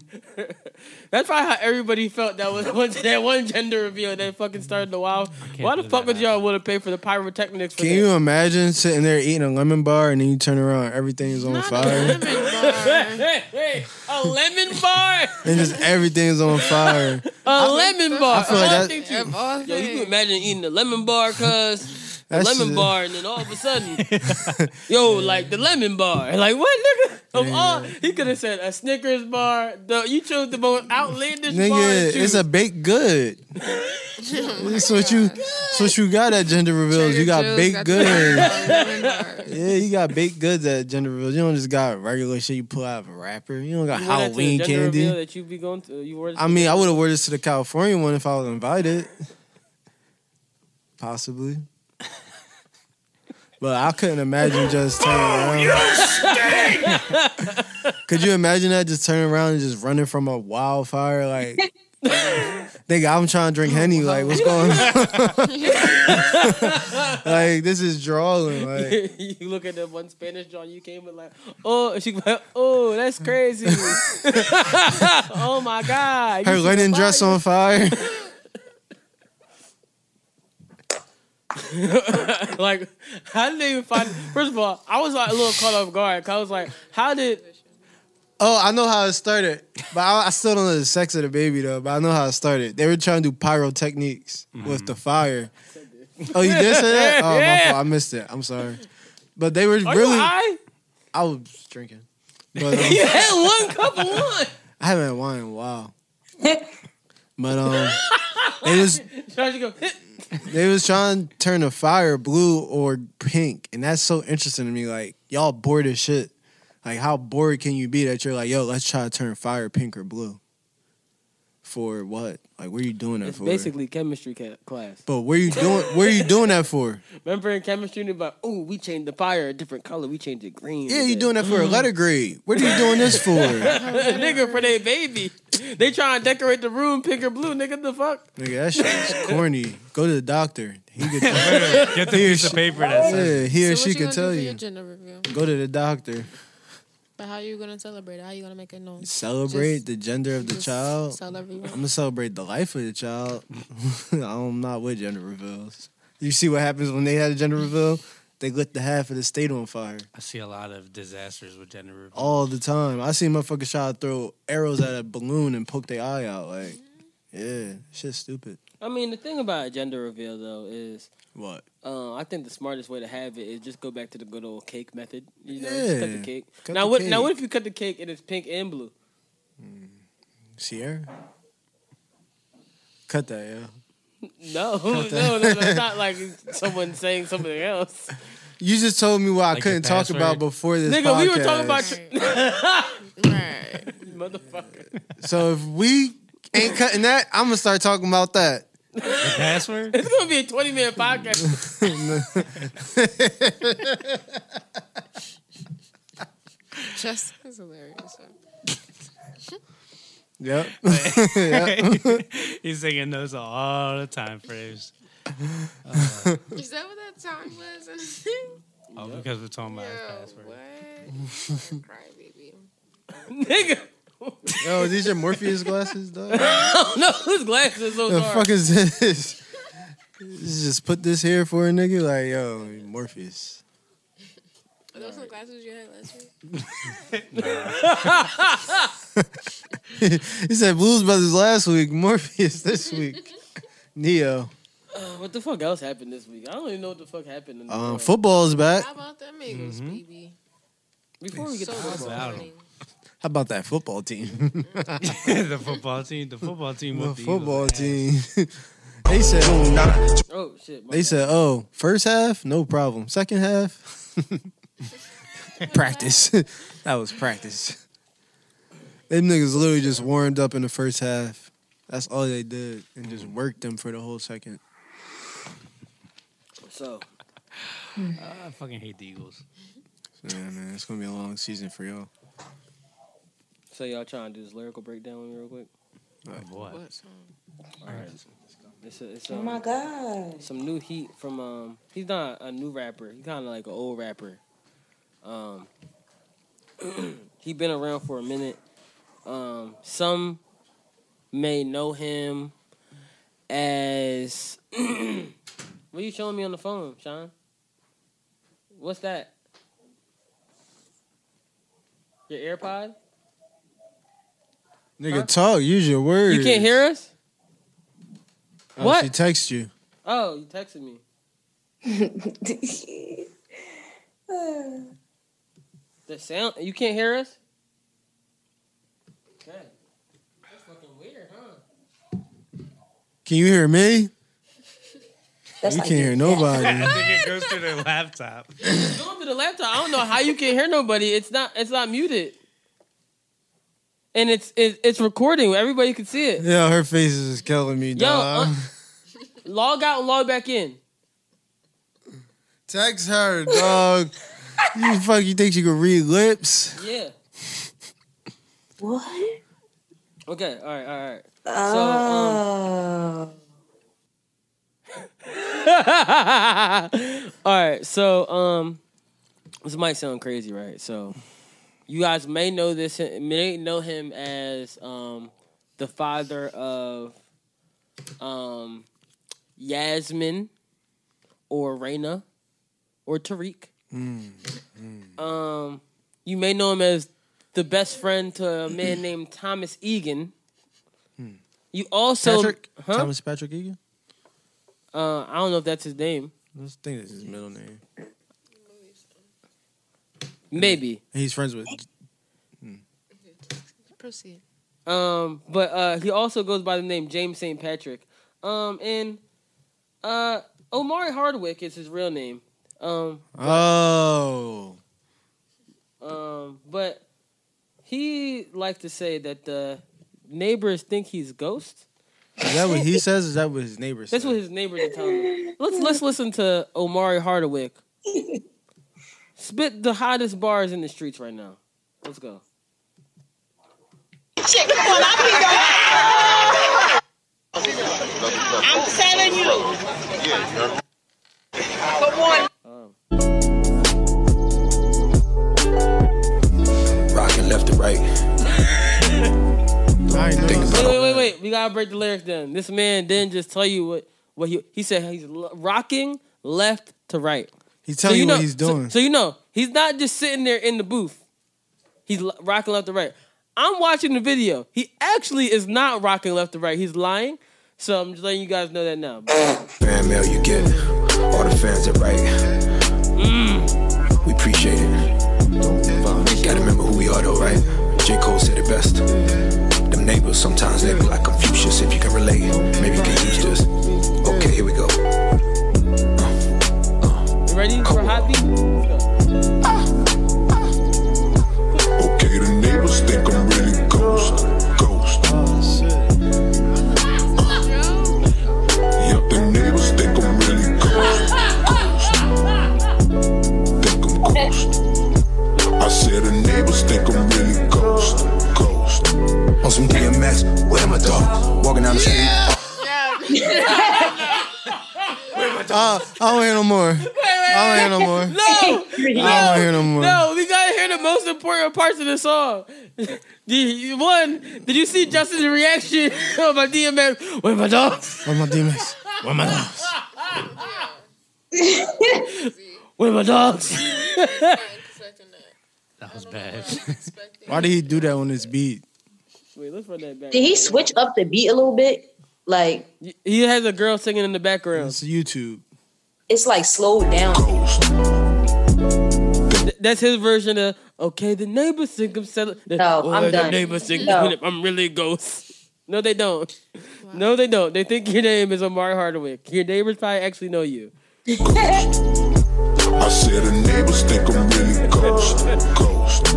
that's probably how everybody felt that was once that one gender reveal that fucking started the wild. Why the
believe
fuck
that
would y'all want to pay for the pyrotechnics? For
Can you imagine sitting there eating a lemon bar and then you turn around, everything's on
Not a
fire,
lemon bar.
Hey, hey, a lemon bar,
and just everything's on fire.
a lemon bar.
I feel like
All
that-
things you-
Of all
Yo, you can
things.
imagine eating a lemon bar, cuz a
That
lemon
shit-
bar, and then all of a sudden, yo, like the lemon bar, like what, nigga? Of all, he could have said a Snickers bar. The, you chose the most outlandish bar.
Nigga,
to
it's a
choose.
baked good. That's what you that's what you got at gender reveals.
Trader
you got
Joe's
baked
got the
goods.
lemon bar.
Yeah, you got baked goods at gender reveals. You don't just got regular shit you pull out of a wrapper. You don't got
You wore that to the
Halloween
gender
candy.
reveal that you be going to. You wore.
I mean, I would have wore this to the California one if I was invited. Possibly. But I couldn't imagine just turning around. Could you imagine that? Just turning around and just running from a wildfire? Like, nigga, I'm trying to drink Henny. Like, what's going on? like, this is drawing. Like,
you look at that one Spanish John you came with, like, oh, and she like, oh, that's crazy. oh my god. You
her
see
linen
the
dress on fire.
like, how did they even find? First of all, I was like a little caught off guard. 'cause I was like, how did?
Oh, I know how it started, but I, I still don't know the sex of the baby though. But I know how it started. They were trying to do pyrotechniques with the fire. Oh, you did say that? Oh, my
Yeah.
fault. I missed it. I'm sorry. But they were
Are
really.
you high?
I was drinking. But, um,
You had one cup of wine.
I haven't had wine in a while. But um, they was
Josh, you go, "Hit."
they was trying to turn the fire blue or pink, and that's so interesting to me. Like y'all bored as shit. Like how bored can you be that you're like, yo, let's try to turn fire pink or blue. for what? Like, what are you doing that
It's
for?
basically chemistry ca- class.
But where you doing? Where you doing that for?
Remember in chemistry, they're like, oh, we changed the fire a different color. We changed it green.
Yeah, you doing that
Mm.
for a letter grade. What are you doing this for?
nigga for their baby. They trying to decorate the room pink or blue. Nigga, the fuck.
Nigga, that shit is corny. Go to the doctor. He could
Get the piece of paper that says.
yeah, he or
So what
she
you
could
gonna do
tell
for
you.
Your gender reveal?
Go to the doctor.
But how are you gonna celebrate? it? How are you gonna make it known?
Celebrate
Just-
the gender of the
Just
child.
Tell everyone.
I'm gonna celebrate the life of the child. I'm not with gender reveals. You see what happens when they had a gender reveal? They lit the half of the state on fire
I see a lot of disasters with gender reveal.
all the time. I see motherfuckers try to throw arrows at a balloon and poke their eye out. Like, yeah, shit's stupid.
I mean, the thing about a gender reveal though is,
What?
uh, I think the smartest way to have it is just go back to the good old cake method. You know,
Yeah.
just cut the cake.
Cut
now
the
what? Now
cake.
what if you cut the cake and it's pink and blue?
Sierra? Cut that, yo.
No, no, no, no, it's not like someone saying something else.
You just told me what I
your
couldn't talk
password?
about before this.
Nigga, we were talking about
podcast.
Right.
motherfucker.
So if we ain't cutting that, I'm gonna start talking about that.
The password?
It's gonna be a twenty minute podcast.
Just that's hilarious.
Yep.
He's singing those all the time, Fraves.
Is that what that song was? Yo,
Oh, because we're talking about his password.
what? Cry baby.
Nigga,
Yo, is these your Morpheus glasses, dog?
no, whose glasses are so
the
dark?
fuck is this? This Just put this here for a nigga, like yo, Morpheus.
Are those some glasses you had last week?
he said Blues Brothers last week, Morpheus this week, Neo.
What the fuck else happened this week? I don't even know what the fuck happened. In the
Um,
world.
football's back.
How about them Eagles,
Mm-hmm.
baby?
Before we get
So
to football,
disappointing.
How about that football team?
the football team. The football team.
the
with
football team. they said.
oh shit, my
They
bad.
said, "Oh, first half, no problem. Second half, practice. that was practice. Them niggas literally just warmed up in the first half. That's all they did, and just worked them for the whole second.
so.
I fucking hate the Eagles.
So, yeah, man, it's gonna be a long season for y'all.
So y'all trying to do this lyrical breakdown with me real quick?
Oh, boy.
What song?
All right.
It's a, it's
Oh my
um,
god.
some new heat from um. He's not a new rapper. He's kind of like an old rapper. Um, he been around for a minute. Um, some may know him as. what are you showing me on the phone, Sean? What's that? Your AirPod?
Nigga, talk. Use your words.
You can't hear us?
Oh,
what?
She text you.
Oh, you texted me. The sound you can't hear us? Okay. That's fucking weird, huh?
Can you hear me?
That's
you
like
can't hear
uh,
nobody.
I think it goes through their laptop.
Going to the laptop. I don't know how you can hear nobody. It's not it's not muted. And it's it's, it's recording. Everybody can see it.
Yo, her face is just killing me,
Yo,
dog.
uh- Log out and log back in.
text her, dog. you fuck. You think she could read lips?
Yeah.
What?
Okay, all right, all right. um,
Oh.
All right, so um, this might sound crazy, right? So, you guys may know this, may know him as um, the father of um, Yasmin, or Raina, or Tariq.
Mm,
Um, you may know him as the best friend to a man named Thomas Egan. You also,
Hmm. Patrick?
huh?
Thomas Patrick Egan.
Uh, I don't know if that's his name.
I think that's his middle name.
Maybe.
He's friends with.
Proceed.
Um, but uh, he also goes by the name James St. Patrick. Um, and uh, Omari Hardwick is his real name. Um,
Oh,
um, but he liked to say that the neighbors think he's ghost?
Is that what he says? Is that what his neighbor says?
That's what his neighbors are telling him. Let's let's listen to Omari Hardwick. Spit the hottest bars in the streets right now. Let's go.
Shit, come on, I'll be there. I'm telling you. Come on.
Rocking left to right. Think
Wait,
about
wait, wait, wait. We gotta break the lyrics down. This man didn't just tell you what what he he said. He's l- rocking left to right.
He tell you,
know,
what he's
so-
doing.
So, you know he's not just sitting there in the booth. He's l- rocking left to right. I'm watching the video. He actually is not rocking left to right. He's lying. So I'm just letting you guys know that now.
fan mail you get. All the fans that write. We appreciate it. But Gotta remember who we are though, right? J. Cole said it best. Them neighbors, sometimes they be like Confucius. If you can relate, maybe you can use this. Okay, here we go.
Ready for hot beat?
Okay, the neighbors think I'm really ghost. Ghost.
Oh,
Yep, the neighbors think I'm really ghost. Think I'm ghost. I said the neighbors think I'm really ghost. Ghost.
On some DMX, where my dog? Walking down the street.
Oh,
Uh, I don't hear no more. I don't hear no more.
No, no,
I don't hear no more.
No, we gotta hear the most important parts of the song. Did you- One, did you see Justin's reaction on my DMX? Where my dogs?
Where my demons? Where my dogs?
Where my dogs?
That was bad.
Why did he do that on this beat?
Wait, let's run that back.
Did he switch up the beat a little bit? Like
He has a girl singing in the background.
It's YouTube.
it's like slowed down.
Th- That's his version of okay. The neighbors think I'm selling. Oh,
No, I'm
The
done.
neighbors think
No.
I'm really a ghost. No, they don't. No, they don't. They think your name is Omar Hardwick. Your neighbors probably actually know you.
I said the neighbors think I'm really ghost. Ghost.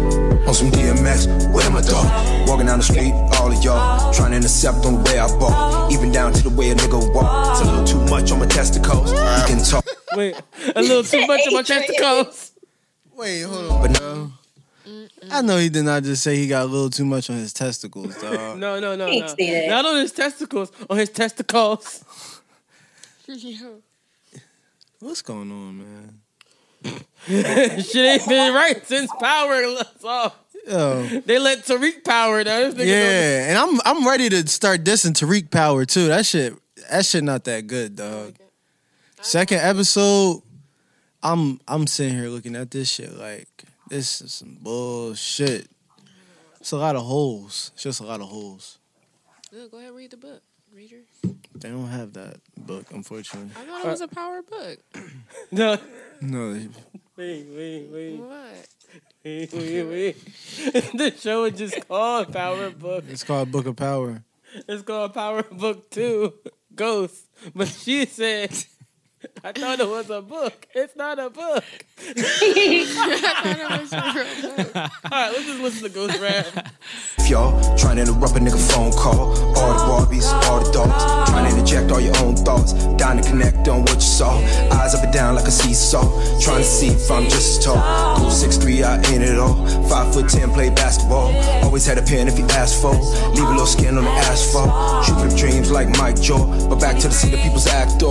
On some DMX, where my dog? Walking down the street, all of y'all trying to intercept on the way I walk. Even down to the way a nigga walk. It's a little too much on my testicles. You can talk,
Wait, a little too much of my testicles.
Wait, hold on.
but no.
I know he did not just say he got a little too much on his testicles, dog.
No, no, no,
Can't
no.
say that.
Not on his testicles. On his testicles.
What's going on, man?
Shit ain't been right since Power left off.
Yo,
They let Tariq Power down. This nigga don't-
yeah, and I'm I'm ready to start dissing Tariq Power too. That shit, that shit not that good, dog. Second episode, I'm I'm sitting here looking at this shit like this is some bullshit. It's a lot of holes. It's just a lot of holes.
Go ahead, read the book. Reader.
They don't have that book, unfortunately.
I thought it was a power book.
No.
No, they-
Wait, wait, wait,
What?
wait, wait, wait. the show is just called Power Book.
it's called Book of Power.
It's called Power Book Two, Ghost. But she said, "I thought it was a book. It's not a book."
I thought it was a real book.
All right, let's just listen to Ghost rap.
If y'all trying to interrupt a nigga phone call, all the Barbies, all the dogs, trying to interject all your own thoughts, down to connect on what you saw, eyes up and down like a seesaw, trying to see if I'm just as tall. Go six three, I ain't it all. Five foot ten, play basketball. Always had a pen if you asked for. Leave a little skin on the asphalt. Shoot for them dreams like Mike Jaw, but back to the see the people's actor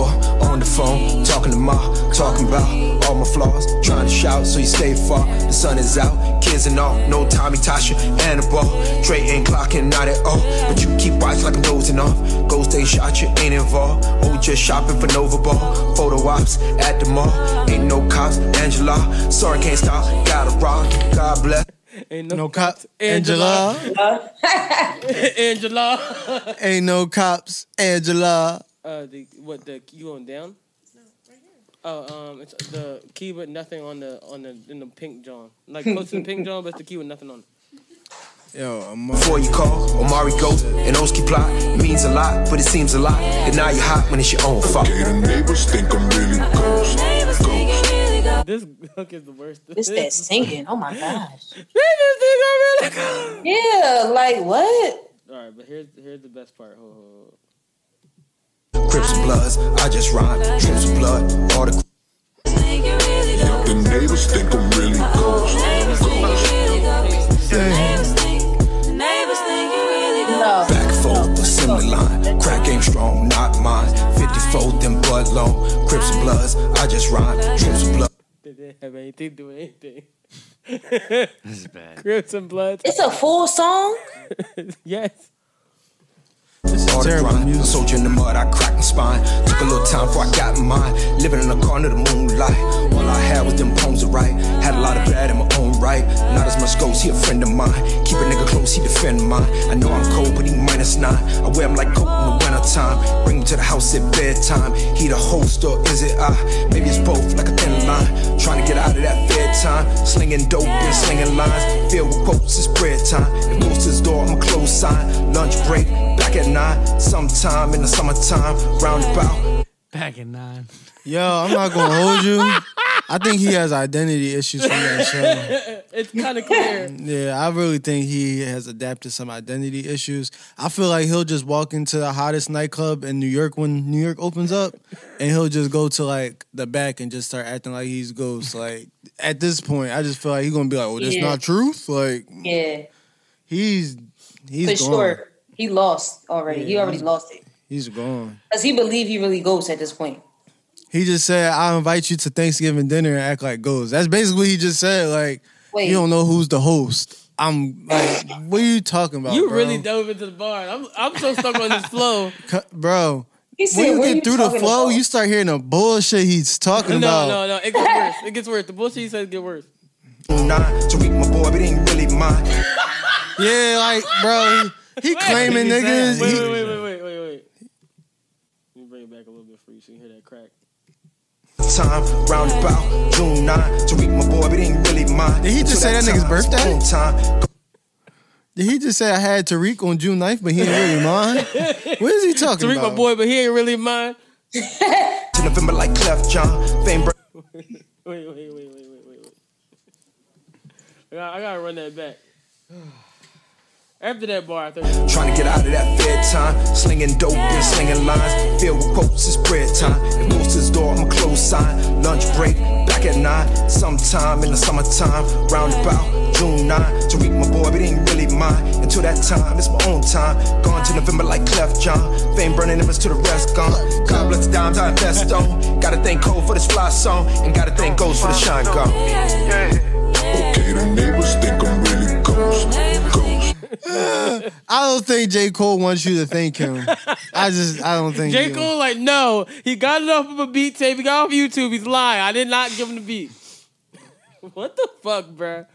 on the phone, talking to ma, talking about all my flaws, trying to shout so you stay far. The sun is out, kids and all, no Tommy Tasha and a ball. Dre ain't clocking not at all, but you keep watch like I'm dozing off. Ghost ain't shot, you ain't involved. Oh, just shopping for Nova Ball, photo ops at the mall. Ain't no cops, Angela. Sorry, can't stop, gotta rock. God bless.
Ain't no,
No cops,
Angela.
Angela.
Angela.
Ain't no cops, Angela.
Uh, the what the you going down? No, right here. Oh, um, it's the key with nothing on the on the in the pink John, like close to the pink John, but it's the key with nothing on it.
Yo, I'm
Before you call, Omari Ghost, and Oski plot. It means a lot, but it seems a lot. And now you hot when it's your own fault.
Okay, the neighbors think I'm really ghost. Ghost.
This hook is the worst.
It's that singing. Oh my gosh.
This is the really good.
Yeah, like what?
all right, but here's here's the best part. Hold, hold, hold.
Crips and bloods, I just rhyme. Trips and blood, all the.
The neighbors think I'm really ghost.
Back fold, assembly line. Crack game strong, not mine. 54, them blood long. Crips and bloods, I just rhyme. Trips and blood.
Did they have anything to do with anything?
this is bad.
Crips and Bloods.
It's a full song.
yes.
All the grind, a soldier in the mud, I cracked my spine. Took a little time before I got mine. Living in the corner of the moonlight. All I had was them poems to write. Had a lot of bad in my own right. Not as much goes, he a friend of mine. Keep a nigga close, he defend mine. I know I'm cold, but he minus nine. I wear him like coat in the winter time. Bring him to the house at bedtime. He the host, or is it I? Maybe it's both, like a thin line. Trying to get out of that bedtime. Slinging dope and slinging lines. Filled with quotes, it's bread time. If goes to his door, I'm a close sign. Lunch break, back at nine. Sometime in the summertime, roundabout.
Back in nine.
Yo, I'm not gonna hold you. I think he has identity issues from that show.
it's kind of clear.
Yeah, I really think he has adapted some identity issues. I feel like he'll just walk into the hottest nightclub in New York when New York opens up, and he'll just go to like the back and just start acting like he's ghost. Like at this point, I just feel like he's gonna be like, "Oh, that's
Yeah.
not truth." Like
Yeah,
he's he's
for
gone.
sure. He lost already. he
Yeah.
already lost it
He's gone.
because he believed he really goes at this point.
He just said, "I invite you to Thanksgiving dinner and act like ghosts." That's basically what he just said. Like
Wait.
you don't know who's the host. I'm like, what are you talking
Oh,
about?
you
bro?
really dove into the bar. I'm I'm so stuck on this flow.
Cu- bro.
He said,
when you
"What are
get
you
through the
talking
flow,
about?"
you start hearing the bullshit he's talking
No,
about.
no, no. It gets worse. It gets worse. The bullshit he says get worse.
Nine. Tariq, my boy, but he ain't really mine.
Yeah, like, bro, he, he claiming
Wait,
niggas.
Wait,
he-
wait, wait, wait, wait, wait, wait. Let me bring it back a little bit for you so you can hear that crack.
Time roundabout June 9. Tariq, my boy, but he ain't really mine.
Did he just
Until
say that nigga's
time,
birthday?
spoon Time.
Did he just say I had Tariq on June 9th, but he ain't really mine? what is he talking
Tariq,
about?
my boy, but he ain't really mine.
To November like Clef John. Fame br-
Wait, wait, wait, wait, wait, wait, wait. I gotta, I gotta run that back. After that bar, I thought
Trying to get out of that bedtime. Slinging dope and slinging lines. Filled with quotes, it's bread time. If goes to his door, I'm a close sign. Lunch break, back at nine. Sometime in the summertime. Roundabout June 9. Tariq, my boy, but he ain't really mine. Until that time, it's my own time. Gone to November like Clef John. Fame burning embers to the rest gone. God bless the dimes, I invest on. Gotta thank Cole for this fly song. And gotta thank Ghost for the shine gone.
Okay, the neighbors think I'm really ghost. Ghost.
I don't think J. Cole wants you to thank him. I just, I don't think.
J.
you-
Cole, like, no, he got it off of a beat tape. He got it off YouTube. He's lying. I did not give him the beat. what the fuck, bruh?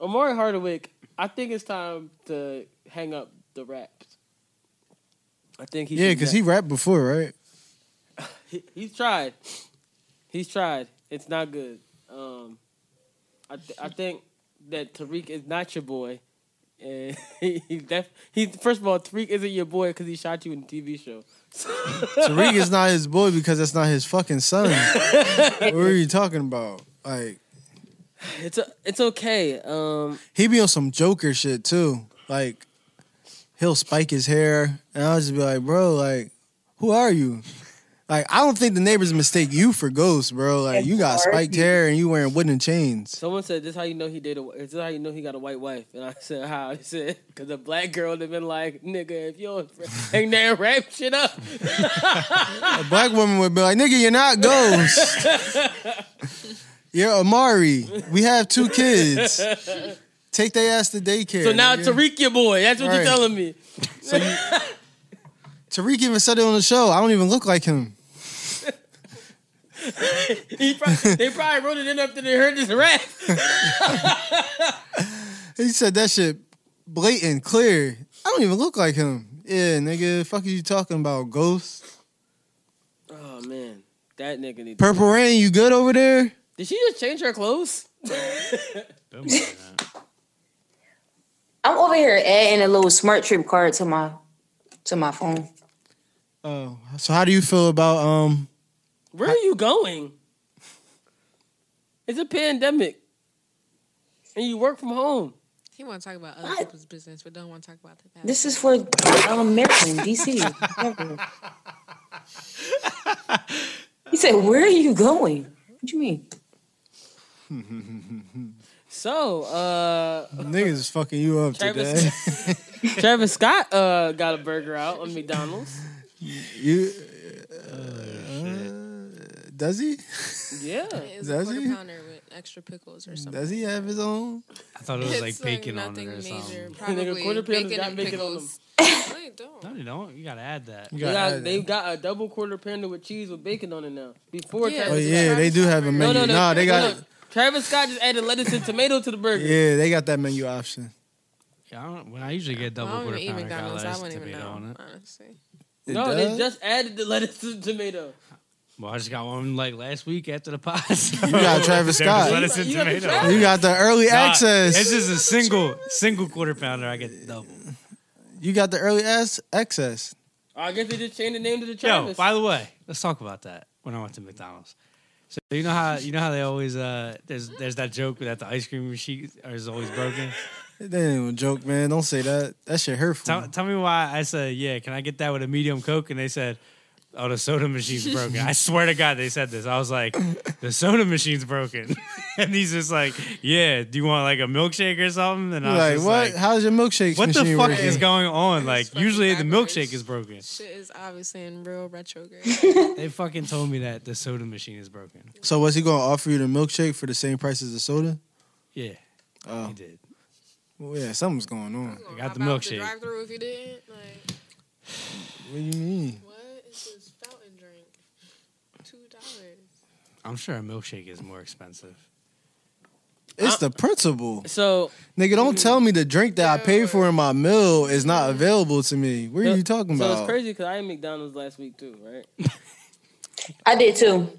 Omari Hardwick, I think it's time to hang up the raps. I think he
Yeah,
should
because
ne-
he rapped before, right?
he he's tried. He's tried. It's not good. Um, I th- I think that Tariq is not your boy, and he, he def- he first of all Tariq isn't your boy because he shot you in the TV show.
Tariq is not his boy because that's not his fucking son. what are you talking about? Like,
It's a, it's okay. Um,
he be on some Joker shit too. Like, he'll spike his hair, and I'll just be like, bro, like, who are you? Like, I don't think the neighbors mistake you for ghosts, bro. Like, you got spiked hair and you wearing wooden chains.
someone said this how you know he did. A, this is how you know he got a white wife, and I said how I said because a black girl would have been like nigga if you don't hang there and wrap shit up.
A black woman would be like, nigga, you're not ghost. you're Amari. We have two kids. Take their ass to daycare.
so now
nigga."
Tariq your boy. That's what
Right.
you're telling me.
Tariq even said it on the show. I don't even look like him.
He probably, they probably wrote it in after they heard this rap.
He said that shit blatant, clear. I don't even look like him. Yeah, nigga, fuck are you talking about, ghost?
Oh man, that nigga need.
Purple Rain, you good over there?
Did she just change her clothes?
I'm over here adding a little smart trip card to my to my phone.
Oh, so how do you feel about um?
Where are you going? It's a pandemic, and you work from home.
He want to talk about other people's business, but don't want to talk about the past.
This is for um, Maryland, DC. he said, "Where are you going? What do you mean?"
So, uh
Niggas fucking you up today.
Travis, Travis Scott uh got a burger out on McDonald's.
You
Mm.
uh, does he?
Yeah.
It's a
Does
quarter
he?
pounder with extra pickles or something.
Does he have his own?
I thought it was like
It's
bacon on it
nothing
or
major.
something.
Probably
quarter pounders
bacon
got
and
bacon on
pickles. No, you don't.
No, you don't. You gotta add that.
They got, they got a double quarter pounder with cheese with bacon on it now. Before
Yeah.
Travis
Oh yeah, they do have a menu.
No, no, no.
Nah, they
no,
got
no. Travis Scott just added lettuce and tomato to the burger.
yeah, they got that menu option.
Yeah, I don't, when I usually get double
I don't
quarter
even
pounder,
eat
got
McDonald's. I
lettuce
wouldn't even
tomato on
know,
it.
honestly.
It
no, they
does?
just added the lettuce and tomato.
Well, I just got one like last week after the pod. so-
You got Travis
There
Scott.
was lettuce and
You got the
tomato.
Travis.
You got the early
Nah,
access.
It's just a single single quarter pounder. I get double.
you got the early ass access.
I guess they just changed the name to the
Yo,
Travis.
by the way, let's talk about that. When I went to McDonald's, so you know how you know how they always uh there's there's that joke that the ice cream machine is always broken.
That ain't even a joke, man. Don't say that. That shit hurtful.
Tell, tell me why I said yeah. Can I get that with a medium coke? And they said. Oh, the soda machine's broken. I swear to God, they said this. I was like, the soda machine's broken. and he's just like, yeah, do you want like a milkshake or something? And I was
like
just
what?
like,
How's your milkshake?
what the
machine
fuck
working?
is going on? Like,
fucking
usually the
backwards.
milkshake is broken.
Shit is obviously in real retrograde.
They fucking told me that the soda machine is broken.
So was he gonna offer you the milkshake for the same price as the soda?
Yeah,
Oh,
he did.
well, yeah, something's going on.
I
got the milkshake.
Drive through if you didn't. Like,
What do you mean?
what is this fountain drink? Two dollars.
I'm sure a milkshake is more expensive.
It's
Uh,
the principle,
so
nigga. Don't tell me the drink that I paid for in my meal is not available to me. What are you talking
so it's
about?
crazy because I ate McDonald's last week too, right?
I did too.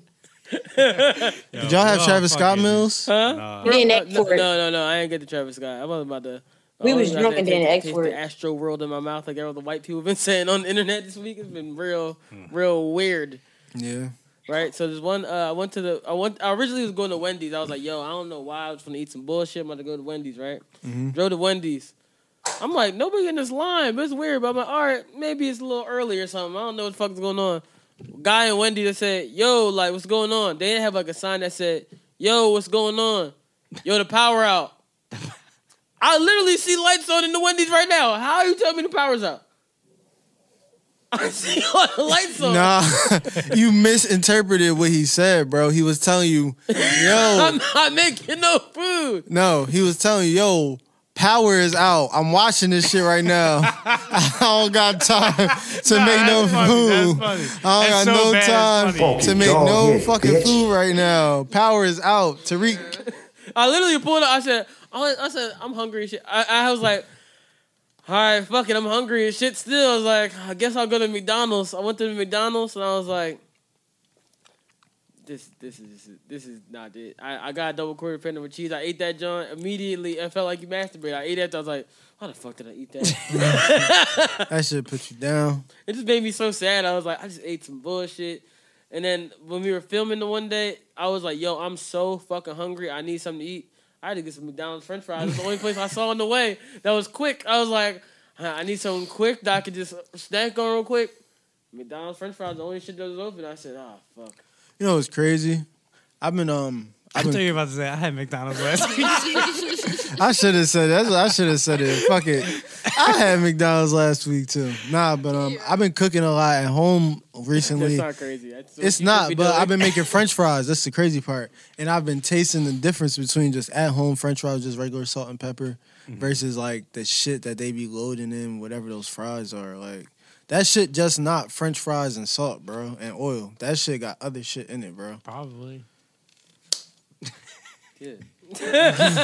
Did y'all have
No,
Travis
fuck
Scott
it.
meals?
Huh?
We didn't act
no,
for it.
no, no, no, I ain't get the Travis Scott. I was about to.
We
I
was
about
drunk
to
and
taste-
didn't act
taste
for
the
it.
Astro world in my mouth, like all the white people been saying on the internet this week. It's been real, real weird,
Yeah.
right? So there's one. Uh, I went to the. I went. I originally was going to Wendy's. I was like, yo, I don't know why I was going to eat some bullshit. I'm about to go to Wendy's, right? Drove to Wendy's. I'm like, nobody in this line, but it's weird. But I'm like, all right, maybe it's a little early or something. I don't know what the fuck is going on. Guy and Wendy that said, yo, like, what's going on? They didn't have like a sign that said, yo, what's going on? Yo, the power out. I literally see lights on in the Wendy's right now. How you tell me the power's out? I see all the lights on.
Nah, you misinterpreted what he said, bro. He was telling you, yo,
I'm not making no food.
no, he was telling you, yo, power is out. I'm watching this shit right now. I don't got time to
Nah,
make no
that's funny,
food.
that's funny.
I don't got
That's so
no
bad, it's funny.
time to make
Dog
no
here,
fucking
bitch.
food right now. Power is out. Tariq,
I literally pulled up. I said, I I said, I'm hungry and shit. I, I was like, all right, fuck it, I'm hungry and shit still. I was like, I guess I'll go to McDonald's. I went to the McDonald's and I was like, this, this is this is not it. I, I got a double quarter pounder with cheese. I ate that John immediately. I felt like you masturbated. I ate it. I was like, how the fuck did I eat that?
that shit put you down.
It just made me so sad. I was like, I just ate some bullshit. And then when we were filming the one day, I was like, yo, I'm so fucking hungry. I need something to eat. I had to get some McDonald's French fries. It's the only place I saw on the way that was quick. I was like, huh, I need something quick that I could just snack on real quick. McDonald's French fries, the only shit that was open. I said, ah, fuck.
You know what's crazy? I've been um.
I
I've
thought
been,
you were about to say I had McDonald's last week.
I should have said that's I should have said it. Fuck it. I had McDonald's last week too. Nah, but um, I've been cooking a lot at home
That's
recently.
not crazy. That's what
It's
you should
not,
be
but
doing.
I've been making French fries. That's the crazy part, and I've been tasting the difference between just at home French fries, just regular salt and pepper,
Mm-hmm.
versus like the shit that they be loading in whatever those fries are. Like that shit, just not French fries and salt, bro, and oil. That shit got other shit in it, bro.
Probably.
Yeah.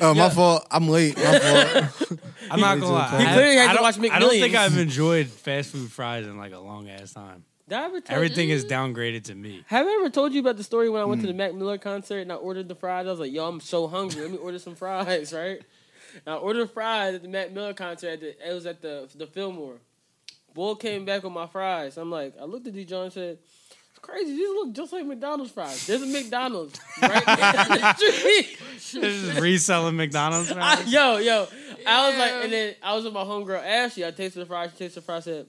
Oh, my fault. I'm late. My fault.
I'm not gonna lie.
He
I have-
clearly had
I
to
don't-
watch
I don't think
McMillions.
I've enjoyed fast food fries in like a long ass time.
Did I ever tell you-
Everything is downgraded to me.
Have I ever told you about the story when I went to the Mac Miller concert and I ordered the fries? I was like, yo, I'm so hungry. Let me order some fries, right? And I ordered fries at the Mac Miller concert. At the, it was at the the Fillmore. Bull came back with my fries. I'm like, I looked at D. John and said, Crazy. These look just like McDonald's fries. There's a McDonald's right in the street.
They're just reselling McDonald's fries.
I- yo, yo. I was like, and then I was with my homegirl Ashley. I tasted the fries. She tasted the fries. Said,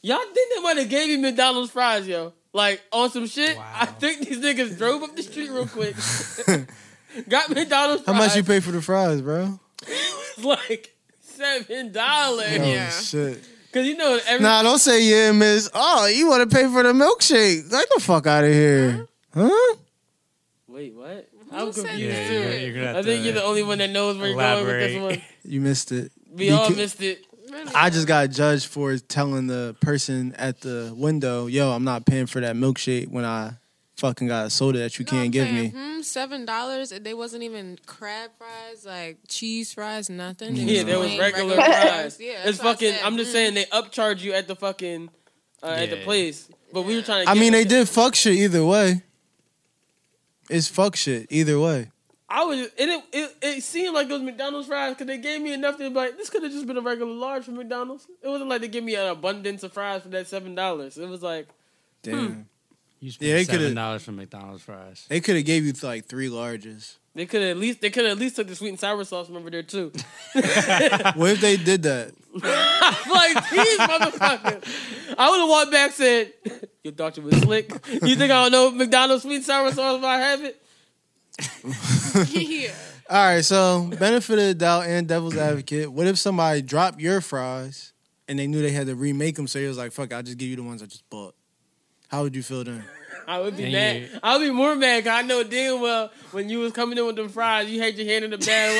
"Y'all think they might have gave me McDonald's fries, yo? Like on some shit? I think these niggas drove up the street real quick, got McDonald's
How
fries.
much you pay for the fries, bro?
like seven dollars.
Oh shit.
Cause you know every
Nah, don't say yeah, miss. Oh, you want to pay for the milkshake? Get the fuck out of here, huh?
Wait, what?
Who
I'm
said
confused
that?
too.
Yeah, you're gonna have
I think
to
you're the only one that knows where you're going with this
elaborate.
You missed it.
one. We
You
all
ca-
missed it.
I just got judged for telling the person at the window, "Yo, I'm not paying for that milkshake when I fucking got a soda that you can't give me."
Hmm, seven dollars. They wasn't even crab fries, like cheese fries, nothing. They
Yeah,
was
there was
plain
regular fries.
Yeah,
it's
that's what I
fucking.
said.
I'm just saying they upcharge you at the fucking uh, at the
Yeah.
place. But we were trying to.
I
get
mean,
it.
they did fuck shit either way. It's fuck shit either way.
I was. It it, it it seemed like it was McDonald's fries because they gave me enough to be like this could have just been a regular large from McDonald's. It wasn't like they gave me an abundance of fries for that seven dollars. It was like
Damn.
You
Yeah, they
spent
coulda-
seven dollars for McDonald's fries.
They could have gave you like three larges.
they could at least they could at least took the sweet and sour sauce remember there too.
what if they did that?
like these motherfuckers. I would have walked back and said, Your doctor was slick. You think I don't know McDonald's sweet and sour sauce if I have it?
yeah.
All right, so benefit of the doubt and devil's advocate. What if somebody dropped your fries and they knew they had to remake them, so they was like, "Fuck, it, I'll just give you the ones I just bought." How would you feel then?
I would be
And
mad.
you-
I would be more mad because I know damn well when you was coming in with them fries, you had your hand in the bag.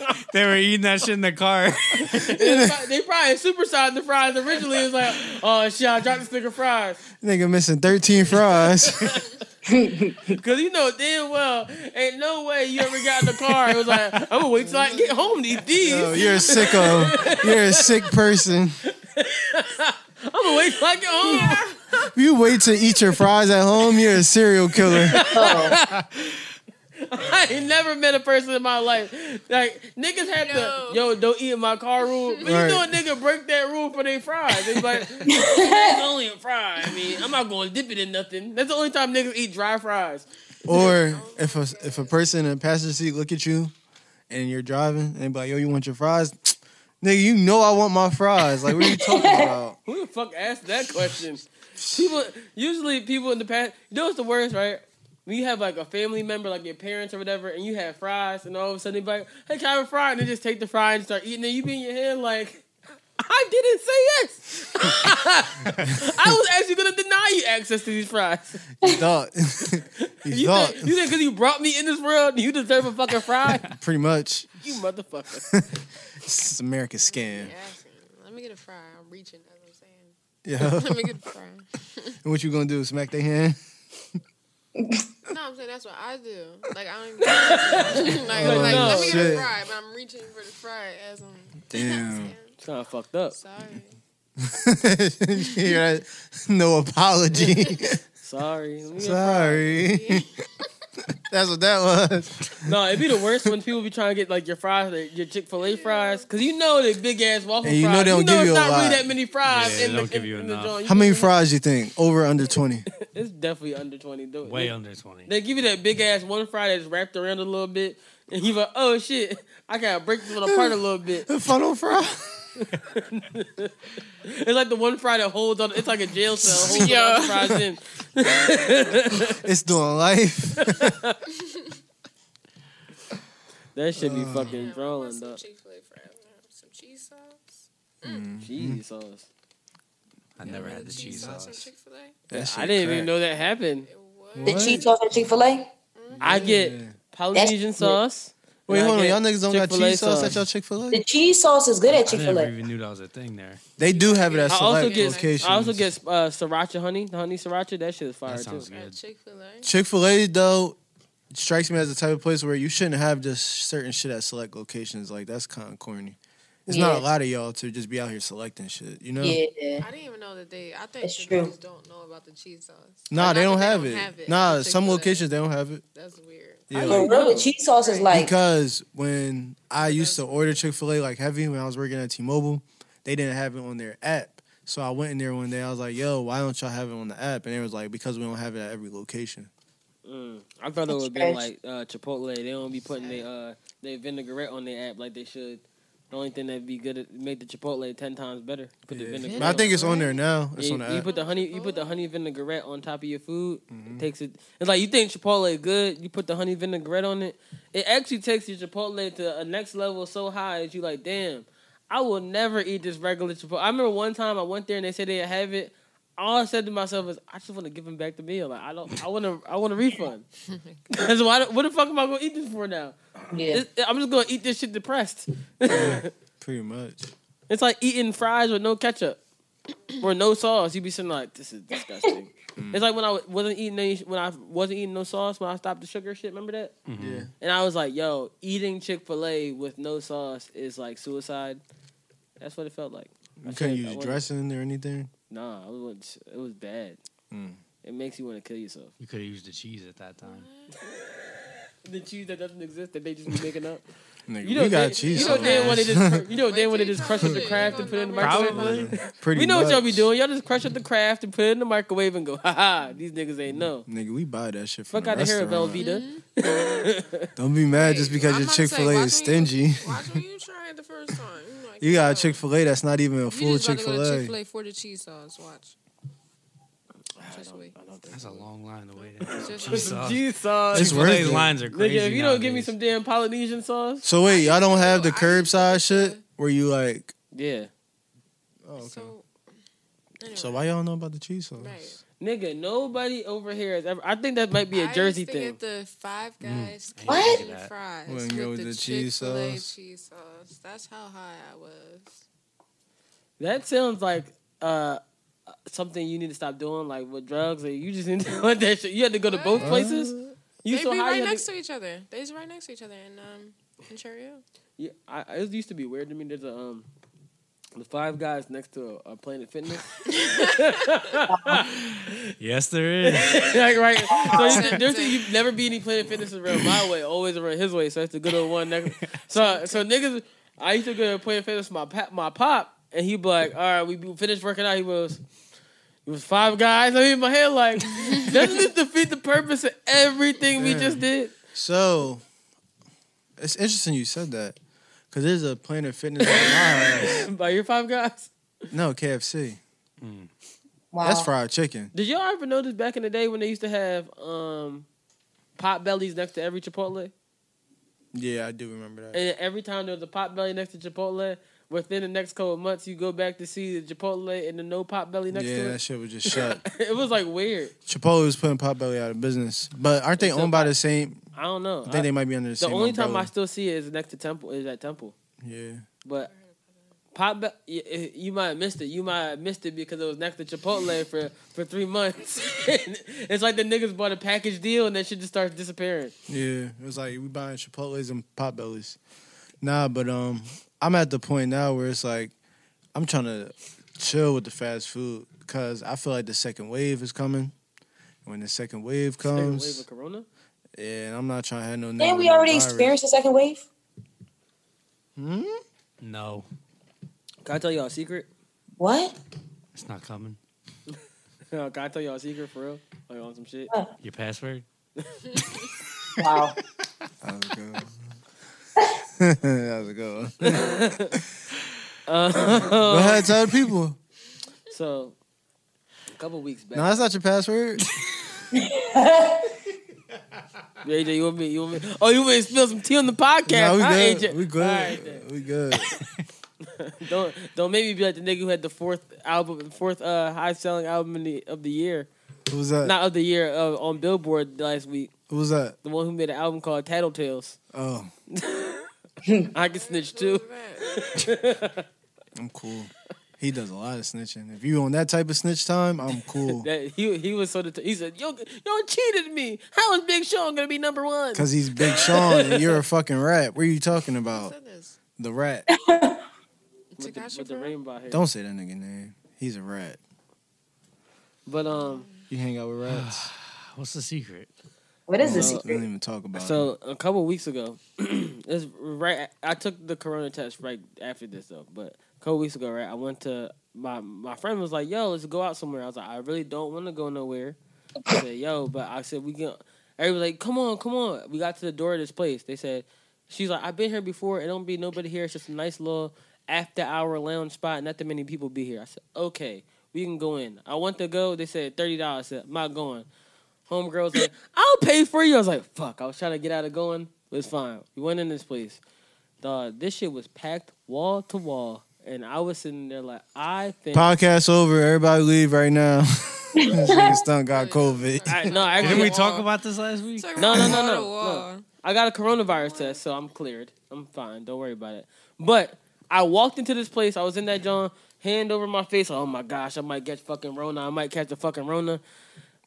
Like,
They were eating that shit in the car.
they probably- they probably supersized the fries originally. It was like, oh shit, I dropped the stick of fries.
Nigga missing thirteen fries.
Because you know damn well, ain't no way you ever got in the car. It was like, I'm going to wait till I get home to eat these.
Yo, Oh, you're a sicko. You're a sick person.
I'm going to wait till I get home.
You wait to eat your fries at home. You're a serial killer.
I ain't never met a person in my life. Like niggas have to yo, don't eat in my car rule. But you
Right.
know a nigga break that rule for their fries. They like it's only a fry. I mean, I'm not gonna dip it in nothing. That's the only time niggas eat dry fries.
Or if a if a person in a passenger seat look at you and you're driving and they be like, "Yo, you want your fries?" Nigga, you know I want my fries. Like, what are you talking about?
Who the fuck asked that question? People usually people in the past you know what's the worst, right? When you have like a family member, like your parents or whatever, and you have fries, and all of a sudden they be like, "Hey, can I have a fry?" and they just take the fry and start eating it. You be in your head like, "I didn't say yes. I was actually gonna deny you access to these fries.
You thought. you,
You
thought.
think, you think because you brought me in this world, you deserve a fucking fry?
Pretty much.
you motherfucker."
This is America's scam.
Let me get a fry. I'm reaching. That's what I'm saying.
Yeah.
Let me get a fry.
And what you gonna do? Smack their hand?
No, I'm saying that's what I do. Like I don't even. like,
Oh,
like let me get
shit.
a fry, but I'm reaching for the fry as I'm.
Damn.
kind of fucked up.
Sorry.
You're right. no apology.
Sorry. Let me get a fry.
Sorry. That's what that was.
No, it'd be the worst when people be trying to get like your fries, like, your Chick Fil A fries, because you know they big ass waffle
And you know
fries.
they don't
you know
give
it's
you a
not
lot.
really that many fries
Yeah,
in
they
the,
don't give
in-
you
in the
enough.
joint.
How many fries you think? Over or under 20?
It's definitely under twenty. Don't-
Way
they-
under twenty.
They give you that big ass one fry that's wrapped around a little bit, and you like, oh shit, I gotta break this one apart a little bit.
The funnel fry?
It's like the one fry that holds on. It's like a jail cell. Holds
Yeah.
all the fries in.
It's doing life.
That should
Uh.
be fucking drawing though.
Chick Fil A fries. Some cheese sauce.
Cheese sauce.
I never had the cheese
Some
sauce.
Chick Fil A.
That
I
shit
didn't even
crack.
know that happened.
The cheese sauce at Chick Fil A.
I get Polynesian sauce.
Wait,
and I
hold on.
get
Y'all niggas don't got
Chick-fil-A
cheese sauce at y'all Chick fil
The
A?
cheese sauce is good at
I
Chick Fil
never
A.
even knew that was a thing there.
They do have it at
I also
select
get
locations.
I also get uh, sriracha honey, the honey sriracha. That shit is fire
That
too.
sounds good.
Chick Fil A.
Chick fil A, though, strikes me as the type of place where you shouldn't have just certain shit at select locations. Like, that's kind of corny. It's not
Yeah.
a lot of y'all to just be out here selecting shit, you know?
Yeah.
I didn't even know that they. I think
That's
the
true.
girls don't know about the cheese sauce.
Nah,
Like,
they
not
don't,
that
have, it. Nah,
at
some
Chick-fil-A.
locations they don't have it.
That's weird.
Yeah.
For real, the cheese sauce is like
because when I used to order Chick Fil A like heavy when I was working at T-Mobile, they didn't have it on their app, So I went in there one day. I was like, "Yo, why don't y'all have it on the app?" And they was like, "Because we don't have it at every location."
Mm. I thought it would be like uh, Chipotle. They don't be putting their uh, their vinaigrette on their app like they should. The only thing that'd be good at make the Chipotle ten times better. Put the
Yeah.
vinaigrette.
But I think it's on there now. It's
Yeah,
on the
you
app. Mm-hmm.
put the honey. You put the honey vinaigrette on top of your food. It takes it. It's like you think Chipotle good. You put the honey vinaigrette on it. It actually takes your Chipotle to a next level so high that you like, damn, I will never eat this regular Chipotle. I remember one time I went there and they said they have it. All I said to myself is, I just want to give them back the meal. Like I don't. I want to. I want a refund. That's why. What the fuck am I gonna eat this for now?
Yeah.
This- I'm just gonna eat this shit depressed.
Pretty much.
It's like eating fries with no ketchup or no sauce. You'd be sitting like, this is disgusting. it's like when I wasn't eating any, when I wasn't eating no sauce when I stopped the sugar shit. Remember that?
Yeah.
And I was like, yo, eating Chick Fil A with no sauce is like suicide. That's what it felt like. I
You couldn't
said I
use
wasn't-
dressing or anything.
Nah, it was it was bad.
Mm.
It makes you want to kill yourself.
You could have used the cheese at that time.
The cheese that doesn't exist that they just be making up.
Nigga,
You know,
we got
they,
cheese.
You know, damn when they
sauce.
just, you know, damn when they just crush up the craft and put it in the microwave.
Probably. Pretty
we know what y'all be
much.
doing. Y'all just crush up the craft and put it in the microwave and go, ha ha, these niggas ain't know.
Nigga, we buy that shit from
Fuck
the
out of here,
restaurant.
Velveeta.
Mm-hmm.
Don't be mad just because your Chick Fil A is stingy.
You tried it the first time. You like,
You got a Chick Fil A that's not even a
you
full
just about
Chick
to go
Fil
to
A.
Chick Fil A for the cheese sauce. Watch. Just wait.
That's a long line to wait. at.
Just-
Cheese sauce.
Cheese sauce.
It's worth
it.
lines are crazy.
Nigga, if you don't give me some damn Polynesian sauce,
So wait, y'all don't have the curbside shit where you like.
Yeah.
Oh, okay.
So,
So why y'all know about the cheese sauce?
nigga, nobody over here has ever. I think that might be a Jersey
I
thing.
used to get the Five Guys
Mm. I
what?
used to get that.
fries
Wouldn't
with
go
the,
with the
cheese
cheese
sauce.
sauce.
cheese sauce. That's how high I was.
That sounds like uh, something you need to stop doing, like with drugs, or you just need to let that shit. You had to go to both
What?
places. You
they
so
be
high.
right
you had to-
next to each other. They was right next to each other in um in Cherry Hill.
Yeah, I, I- it used to be weird to me. There's a um, the five guys next to a, a Planet Fitness.
Yes, there is.
like right, so you, there's you never be any Planet Fitness around my way, always around his way. So that's the good old one. Next, so so niggas, I used to go to Planet Fitness with my pap, my pop, and he'd be like, "All right, we be- finished working out." He was. It was five guys. I mean, in my head, like, doesn't this defeat the purpose of everything we just did?
So it's interesting you said that because there's a Planet Fitness by my house.
By your five guys?
No, KFC. That's fried chicken.
Did y'all ever notice back in the day when they used to have um, pot bellies next to every Chipotle?
Yeah, I do remember that.
And every time there was a pot belly next to Chipotle, within the next couple of months, you go back to see the Chipotle and the no pot belly next
yeah,
to
that
it.
shit was just shut.
it was like weird.
Chipotle was putting Potbelly out of business, but aren't they
It's
owned by the same?
I don't know.
I think they might be under the same
only time
umbrella.
I still see it is next to Temple. Is at Temple,
Yeah,
but pot belly. You, you might have missed it. You might have missed it because it was next to Chipotle for for three months. it's like the niggas bought a package deal and that shit just starts disappearing.
yeah. It was like we buying Chipotle's and Potbellies. Nah, but um, I'm at the point now where it's like I'm trying to chill with the fast food because I feel like the second wave is coming. When the second wave
Second
comes,
wave of Corona.
yeah, and I'm not trying to have no.
Didn't we
nigga
already
virus.
experienced the second wave?
Hmm?
No,
Can I tell y'all a secret?
What?
it's not coming.
Can I tell y'all a secret for real? Like on some shit.
Your password?
Wow.
How's it going? How's it going?
Uh,
Go ahead, tell the people.
So, a couple weeks back.
No, that's not your password.
AJ, you want me? You want me? Oh, you want to spill some tea on the podcast?
Nah, we
huh,
good.
AJ?
We good.
All right, then.
we good.
don't don't make me be like the nigga who had the fourth album, fourth uh, high selling album in the, of the year.
What was that?
Not of the year uh, on Billboard last week.
What was that?
The one who made an album called Tattletales.
Oh,
I can snitch too.
I'm cool. He does a lot of snitching. If you on that type of snitch time, I'm cool.
that he he was so det- he said yo yo cheated me. How is Big Sean gonna be number one?
Cause he's Big Sean and you're a fucking rat. What are you talking about? The rat.
with the, with the rainbow hair.
Don't say that nigga name. He's a rat.
But um,
You hang out with rats.
What's the secret?
What is
No,
this?
We don't even talk about it.
So a couple weeks ago, it's right. I took the corona test right after this though, but a couple weeks ago, right, I went to my my friend was like, "Yo, let's go out somewhere." I was like, "I really don't want to go nowhere." I said, "Yo," but I said, "We can." Everybody was like, "Come on, come on!" We got to the door of this place. They said, "She's like, I've been here before. It don't be nobody here. It's just a nice little after hour lounge spot. Not that many people be here." I said, "Okay, we can go in." I want to go. They said thirty dollars. I said, "I'm not going." Homegirl's like, I'll pay for you. I was like, fuck. I was trying to get out of going, but it's fine. We went in this place. Dog, this shit was packed wall to wall. And I was sitting there like, I think.
Podcast over. Everybody leave right now. Stunt got COVID.
I, no, actually,
Didn't we talk about this last week?
No, no, no, no, no. I got a coronavirus test, so I'm cleared. I'm fine. Don't worry about it. But I walked into this place. I was in that John, hand over my face. Oh my gosh, I might get fucking Rona. I might catch a fucking Rona.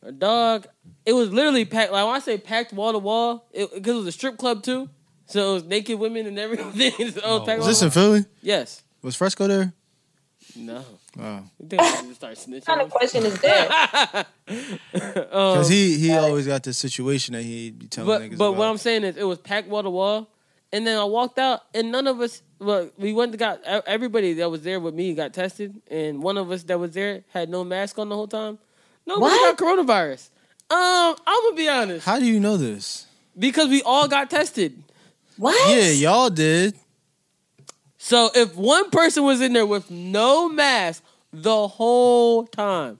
Uh, Dog, it was literally packed. Like when I say packed wall to wall, because it, was a strip club too. So it was naked women and everything. so it was packed
Was
wall
Oh, this
to
in
wall.
Philly?
Yes.
Was Fresco there?
No.
Oh.
You think I should start snitching? What kind of
question is that?
Because he, he always got this situation that he be telling
but
niggas
but
about.
what I'm saying is it was packed wall to wall, and then I walked out and none of us. Well, we went to got e- everybody that was there with me got tested, and one of us that was there had no mask on the whole time. Nobody
What?
got coronavirus. Um, I'm gonna be honest
How do you know this?
because we all got tested.
What?
Yeah, y'all did.
So if one person was in there with no mask the whole time,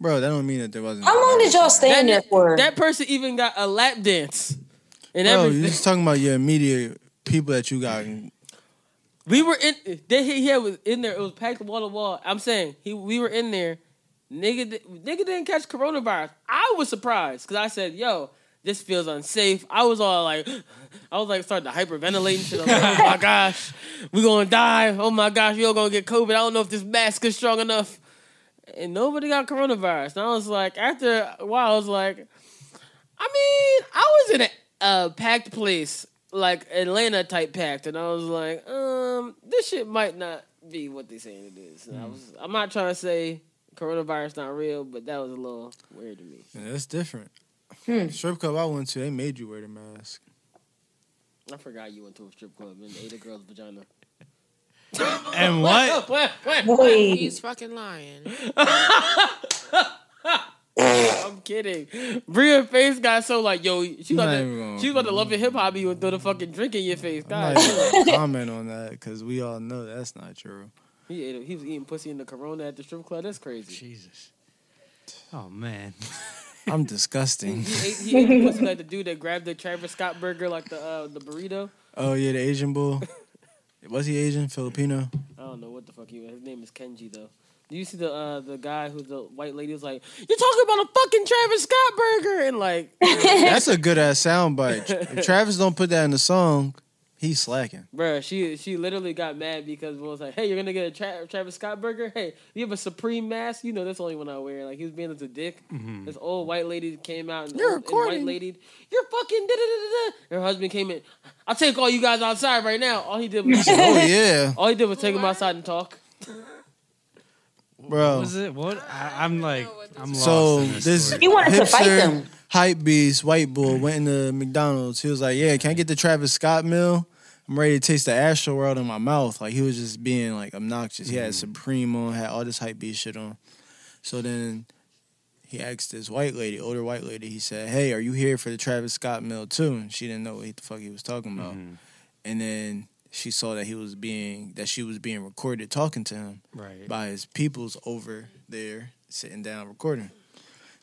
Bro, that don't mean that there wasn't.
How long did y'all stay in there for?
that person even got a lap dance and
Bro,
everything.
you just talking about your immediate people that you got.
We were in. They he, he was in there. It was packed wall to wall. I'm saying he. We were in there. Nigga, di- nigga didn't catch coronavirus. I was surprised because I said, "Yo, this feels unsafe." I was all like, I was like starting to hyperventilate and shit. I was like, "Oh my gosh, we gonna die! Oh my gosh, we all gonna get COVID. I don't know if this mask is strong enough." And nobody got coronavirus. And I was like, after a while, I was like, I mean, I was in a, a packed place, like Atlanta type packed, and I was like, um, this shit might not be what they saying it is.
Hmm.
And I was, I'm not trying to say coronavirus not real, but that was a little weird to me.
Yeah, that's different.
Hmm.
Strip club I went to, they made you wear the mask.
I forgot you went to a strip club and ate a girl's vagina.
And
what? What? What? What?
He's fucking lying.
I'm kidding. Bria's face got so like, yo, she
Not
about
even
to,
gonna-
she was about to love your hip hop. You would throw the fucking drink in your face.
I'm
God,
not even gonna comment on that because we all know that's not true.
he ate. He was eating pussy in the corona at the strip club. That's crazy.
Jesus. Oh man.
I'm disgusting.
He ate, he ate pussy like the dude that grabbed the Travis Scott burger, like the uh, the burrito.
Oh yeah, the Asian bull. Was he Asian? Filipino?
I don't know what the fuck he was. His name is Kenji though. Do you see the uh, the guy who the white lady was like, "You're talking about a fucking Travis Scott burger," and like,
That's a good ass soundbite. If Travis don't put that in the song, he's slacking.
bruh, she she literally got mad because was like, "Hey, you're gonna get a Tra- Travis Scott burger? Hey, you have a Supreme mask? You know that's the only one I wear." Like he was being as a dick.
Mhm.
This old white lady came out and,
You're
old- and white
recording.
lady, you're fucking da da da da. Her husband came in. I'll take all you guys outside right now. All he did was
Oh yeah,
All he did was take him outside and talk.
bro.
What was it? What? I, I'm like, I'm lost.
So
in this
this
story.
He wanted to fight
hipster,
them.
Hype beast, white bull went into McDonald's. He was like, "Yeah, can I get the Travis Scott meal? I'm ready to taste the Astro World in my mouth." Like he was just being like obnoxious. He
Mm.
had Supreme on, had all this hype beast shit on. So then he asked this white lady, older white lady. He said, "Hey, are you here for the Travis Scott meal too?" And she didn't know what the fuck he was talking about. And then she saw that he was being that she was being recorded talking to him
Right.
by his peoples over there sitting down recording.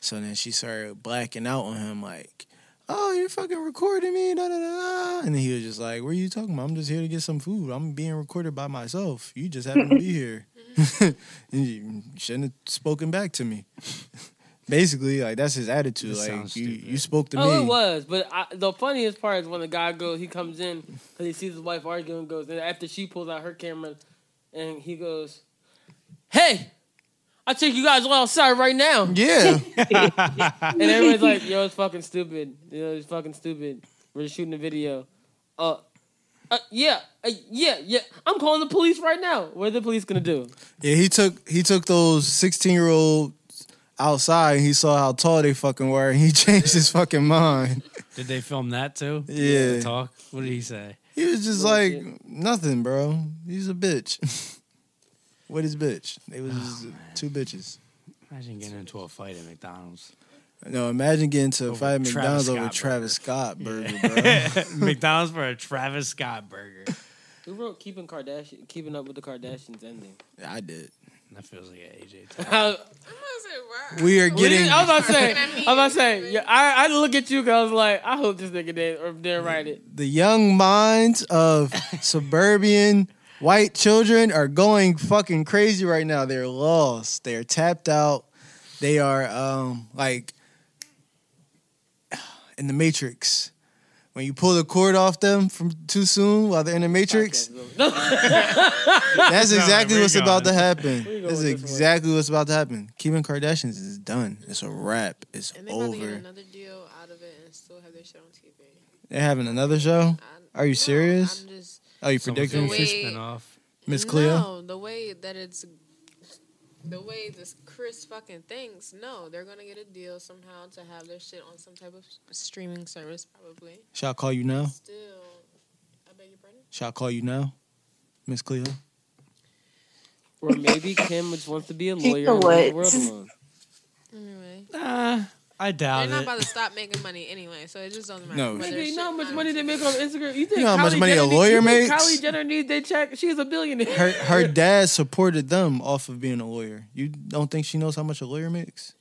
So then she started blacking out on him like, "Oh, you're fucking recording me!" Da, da, da. da." And then he was just like, "What are you talking about? I'm just here to get some food. I'm being recorded by myself. You just happen to be here. and you shouldn't have spoken back to me." Basically, like that's his attitude. like you, you spoke to
oh,
me.
it was. But I, the funniest part is when the guy goes, he comes in because he sees his wife arguing, goes, and after she pulls out her camera, and he goes, "Hey, I take you guys all outside right now."
Yeah.
and everybody's like, "Yo, it's fucking stupid. Yo, it's fucking stupid. We're just shooting a video." Uh, uh yeah, uh, yeah, yeah. I'm calling the police right now. What are the police gonna do?
Yeah, he took he took those sixteen year old outside and he saw how tall they fucking were and he changed his fucking mind.
Did they film that too?
Yeah.
The talk. What did he say?
He was just like, nothing, bro. He's a bitch. What is bitch? They was just two bitches.
Imagine getting into a fight at McDonald's.
No, imagine getting to a
Over
fight at
Travis
McDonald's
Scott
over
burger.
Travis Scott burger, bro.
McDonald's for a Travis Scott burger.
Who wrote "Keeping Kardashian"? Keeping up with the Kardashians ending.
I did.
That feels like an AJ.
I,
We are
did-
getting.
I was about to say. I was about to say. Yeah, I, I look at you. 'cause I was like, I hope this nigga did or didn't write it.
the young minds of suburban white children are going fucking crazy right now. They're lost. They're tapped out. They are um like in the matrix. When you pull the cord off them from too soon while they're in the matrix, that's
That's
exactly what's about to
Where you
happen.
going
That's
with this
exactly what's about to happen. Keeping Kardashians is done. It's a wrap. It's
And they about to get
over.
another deal out of it and still have their shit on TV.
They're having another show. Are you serious?
I'm just
Are you
Someone's
predicting
gonna fish spin off.
Miss Cleo?
No, the way that it's, the way this Chris fucking thinks. No, they're gonna get a deal somehow to have their shit on some type of s- streaming service, probably.
Shall I call you now?
Still, I beg your pardon.
Shall I call you now, Miss Cleo?
Or maybe Kim just wants to be a
Keep
lawyer
the
and leave the world
what?
alone.
Anyway,
Uh, I doubt
they're not
it.
about to stop making money anyway, so it just doesn't matter.
No.
whether
Nigga, you
shit
know how much
comes-
money they make on Instagram? You think
know how much
Kylie
money a
Jenner
lawyer
needs, you think
makes?
Kylie Jenner needs their check. She's a billionaire.
Her her dad supported them off of being a lawyer. You don't think she knows how much a lawyer makes?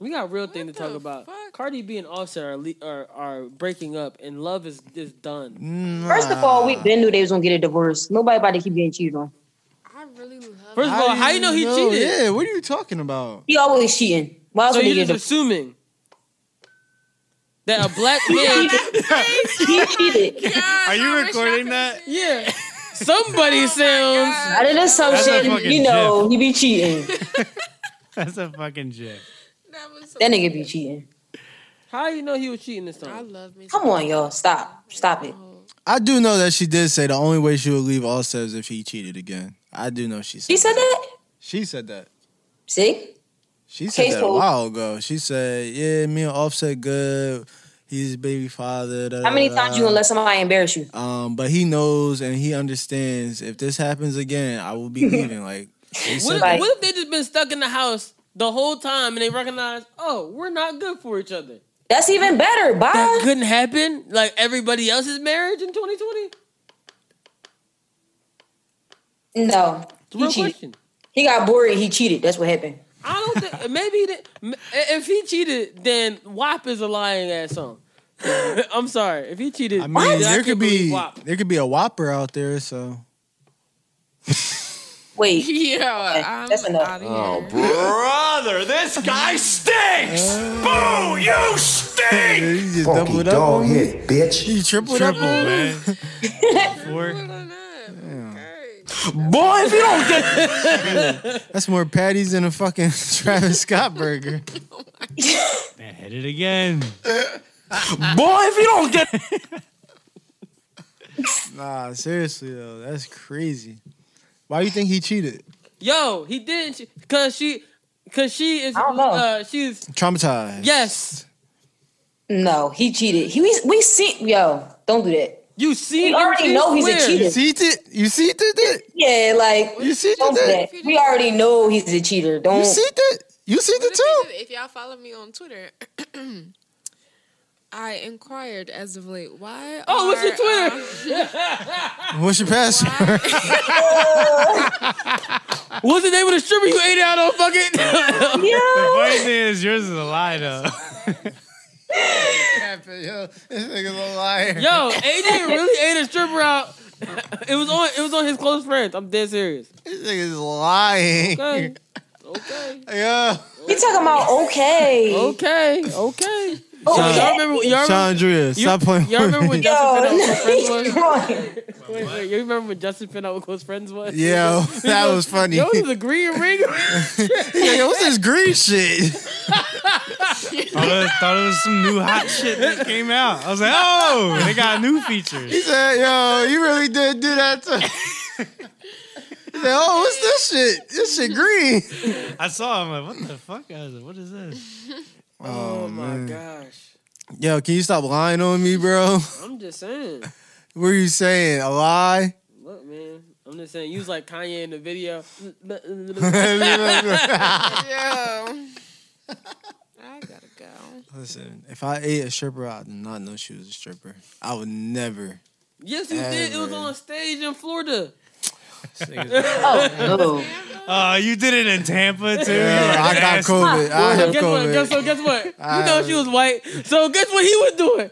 we got a real thing to talk about. Cardi B and Offset are, le- are are breaking up, and love is is done.
First of all, we been knew they was gonna get a divorce. Nobody about to keep getting cheated on.
First of all, how you know he cheated?
Yeah, what are you talking about?
He always cheating. Why else
so
would
you're
they
just
get a
assuming that a black man
he cheated?
Are you recording that?
Yeah. Somebody sounds
Out of this some
That's a
shit,
fucking
you know, he be cheating.
That's a fucking gif.
That nigga be cheating.
How you know he was cheating this time? I love me.
Come on, y'all, stop, stop it.
I do know that she did say the only way she would leave Allstate is if he cheated again. I do know she said.
She said that.
She said that.
See,
She said
Okay,
that a
so-
while ago. She said, "Yeah, me and Offset good. He's his baby father." da,
how many
da,
times
da."
you gonna let somebody embarrass you?
Um, but he knows and he understands. If this happens again, I will be leaving. like, she
What
said
if,
that.
what if they just been stuck in the house the whole time and they recognize, oh, we're not good for each other?
That's even better. Bye.
That couldn't happen. Like everybody else's marriage in 2020.
No, he
real
cheated. He got bored. and He cheated. That's what happened.
I don't think maybe that, if he cheated, then WAP is a lying ass song. I'm sorry if he cheated.
I mean,
then
there
can't
could
believe
be
WAP.
there could be a whopper out there. So
Wait.
Yeah, I'm That's enough. Out of
Oh,
here.
Brother, this guy stinks! Boo, you stink!
you just
Funky
doubled up
Oh,
dog
on
hit,
me, bitch. You tripled up
Triple,
on me.
man.
Four.
Boy, if you don't get
That's more patties than a fucking Travis Scott burger.
Man, hit it again.
Boy, if you don't get
Nah, seriously though, that's crazy. Why you think he cheated?
Yo, he didn't because she because she is uh she's
Traumatized.
yes.
No, he cheated. He we, we see yo. Don't do that.
You see,
we already know he's a cheater.
You see it? You see it?
Yeah, like
You see
don't do
that?
that. We already know he's a cheater. Don't
You see it? You see
What
it
if
too?
you did- If y'all follow me on Twitter, I inquired as of late why.
Oh, what's your
are, um,
What's your password?
Wasn't able to stripper you ate out on fucking.
The funny thing is, yours is a lie though.
Yo, this nigga's a liar.
Yo, AJ really ate a stripper out. It was on. It was on his close friends. I'm dead serious.
This nigga's lying.
Okay.
Yeah.
He talking about okay.
Okay. Okay. Y'all- Y'all remember? Y'all remember?
Chandria, stop playing.
Y'all remember when
with me.
Justin Fennell was friends
no,
was?
he's wrong.
Wait, wait, you remember when Justin Fennell was close friends was?
Yo, that was funny.
Yo, the green ring. Oh,
Yo, yo, what's this green shit?
Thought it, thought it was some new hot shit that came out. I was like, oh, they got new features.
He said, yo, you really did do that to oh, what's this shit? This shit green.
I saw him. Like, what the fuck? I was like, what is this?
Oh, my
gosh.
Yo, can you stop lying on me, bro?
I'm just saying.
What are you saying? A lie?
Look, man. I'm just saying. You was like Kanye in the video.
Yo. I gotta go.
Listen, if I ate a stripper, I did not know she was a stripper. I would never.
Yes, you did. It was on stage in Florida.
Oh, you did it in Tampa too.
Yeah, I got COVID. I have
guess What,
COVID.
guess what? Guess what?
I
You know
have
she was white. So guess what he was doing?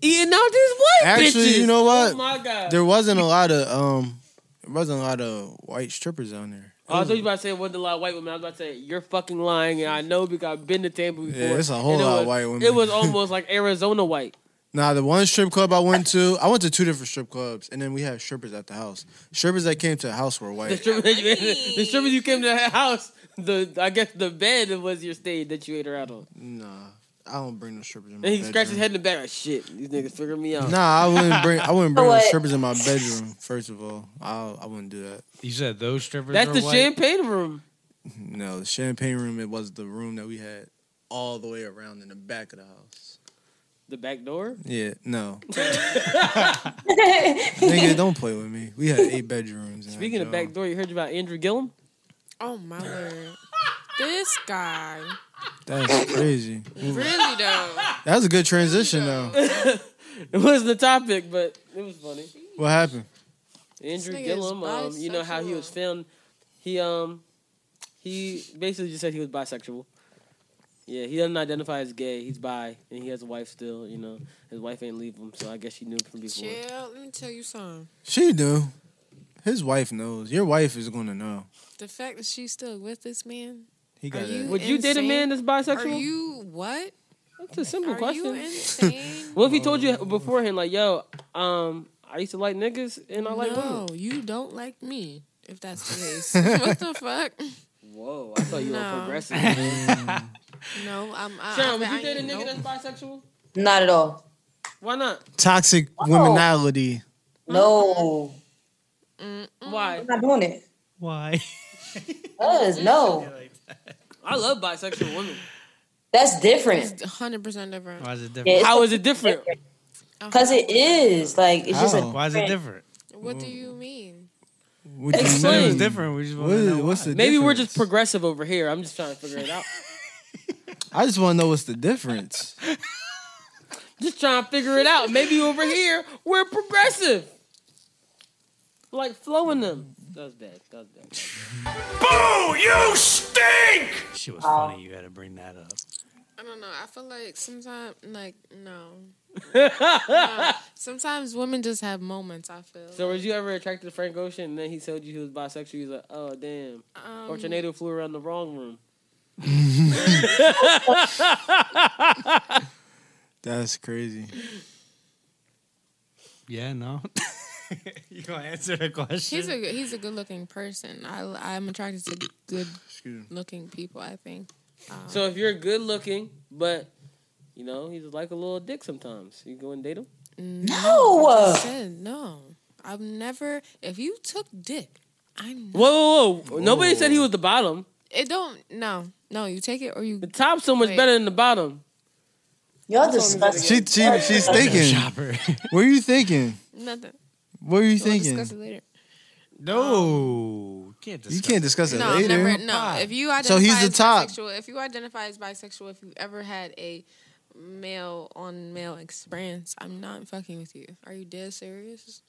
Eating out these white
Actually,
bitches.
you know what?
Oh my god.
There wasn't a lot of um, there wasn't a lot of white strippers on there.
Oh, I thought you were about to say it wasn't a lot of white women. I was about to say you're fucking lying, and I know because I've been to Tampa before.
Yeah, it's a whole
and it
lot of
was-
white women.
It was almost like Arizona white.
Nah, the one strip club I went to, I went to two different strip clubs, and then we had strippers at the house. Strippers that came to the house were
The
white.
strippers, you, the strippers you came to the house, the I guess the bed was your stage that you ate her out on.
Nah, I don't bring no strippers in my
And he scratched his
bedroom.
head in the back like, shit, these niggas figured me out.
Nah, I wouldn't bring I wouldn't bring
You know
no
what?
strippers in my bedroom. First of all, I I wouldn't do that.
You said those strippers.
That's
were
the
white?
champagne room.
No, the champagne room. It was the room that we had all the way around in the back of the house.
The back door?
Yeah, no. Nigga, don't play with me. We had eight bedrooms. in that
Speaking of
joint.
back door, you heard about Andrew Gillum?
Oh my word. This guy.
that's crazy.
Mm.
Really though.
That was a good transition though.
it wasn't the topic, but it was funny.
What happened?
Andrew
nigga is
Gillum, um, you know how he was found. He um, he basically just said he was bisexual. Yeah, he doesn't identify as gay. He's bi, and he has a wife still. You know, his wife ain't leave him, so I guess she knew from before.
Chill. Let me tell you something.
She knew. His wife knows. Your wife is gonna know.
The fact that she's still with this man.
He got
Are you
it.
Would you date a
insane?
man that's bisexual?
Are you what?
That's a simple
Are
question.
you insane?
What if he told you beforehand, like, yo, um, I used to like niggas and I like
no,
women?
you don't like me. If that's the case, what the fuck?
Whoa, I thought you
No.
were progressive. Sharon,
No, I'm. I,
would
I,
you date a
ain't-
nigga
nope.
that's bisexual?
Not at all.
Why not?
Toxic womanality.
No.
mm,
Why?
I'm not doing it.
Why?
Cuz, no.
Mm-hmm.
I love bisexual women.
That's different.
It's mm. hundred percent different. Uh-huh.
Why is it different?
Yeah, it's
How is it different?
Because it is. Like, it's just a.
Why is it different?
What do
Mm.
you mean?
What you
You said it was
Explain.
different. We just
What
want to
is-
know
what's the
Maybe
difference?
we're just progressive over here. I'm just trying to figure it out.
I just want to know what's the difference.
just trying to figure it out. Maybe over here we're progressive, like flowing them. That was bad. That was bad.
Boo! You stink!
She was
Oh.
funny. You had to bring that up.
I don't know. I feel like sometimes, like no. No. Sometimes women just have moments. I feel.
So was you ever attracted to Frank Ocean and then he told you he was bisexual? You was like, oh damn. or
Um,
tornado flew around the wrong room.
That's crazy.
Yeah, no. you gonna answer the question?
He's a good- he's a good looking person. I I'm attracted to good looking people. I think. Um,
So if you're good looking, but you know he's like a little dick sometimes, you go and date him.
no,
Uh.
I just said no. I've never. If you took dick, I'm.
Whoa, whoa, whoa! Nobody said he was the bottom.
It don't. No, no. You take it or you.
The top's so much
Wait.
better than the bottom.
Y'all
She,
disgusting.
she she's thinking. What are you thinking?
Nothing.
What are you
We'll
thinking?
discuss it later.
no, can't
You can't discuss it
No, I've
later.
never. No, if you identify
So he's the
as
top.
bisexual, if you identify as bisexual, if you ever had a male on male experience, I'm not fucking with you. Are you dead serious?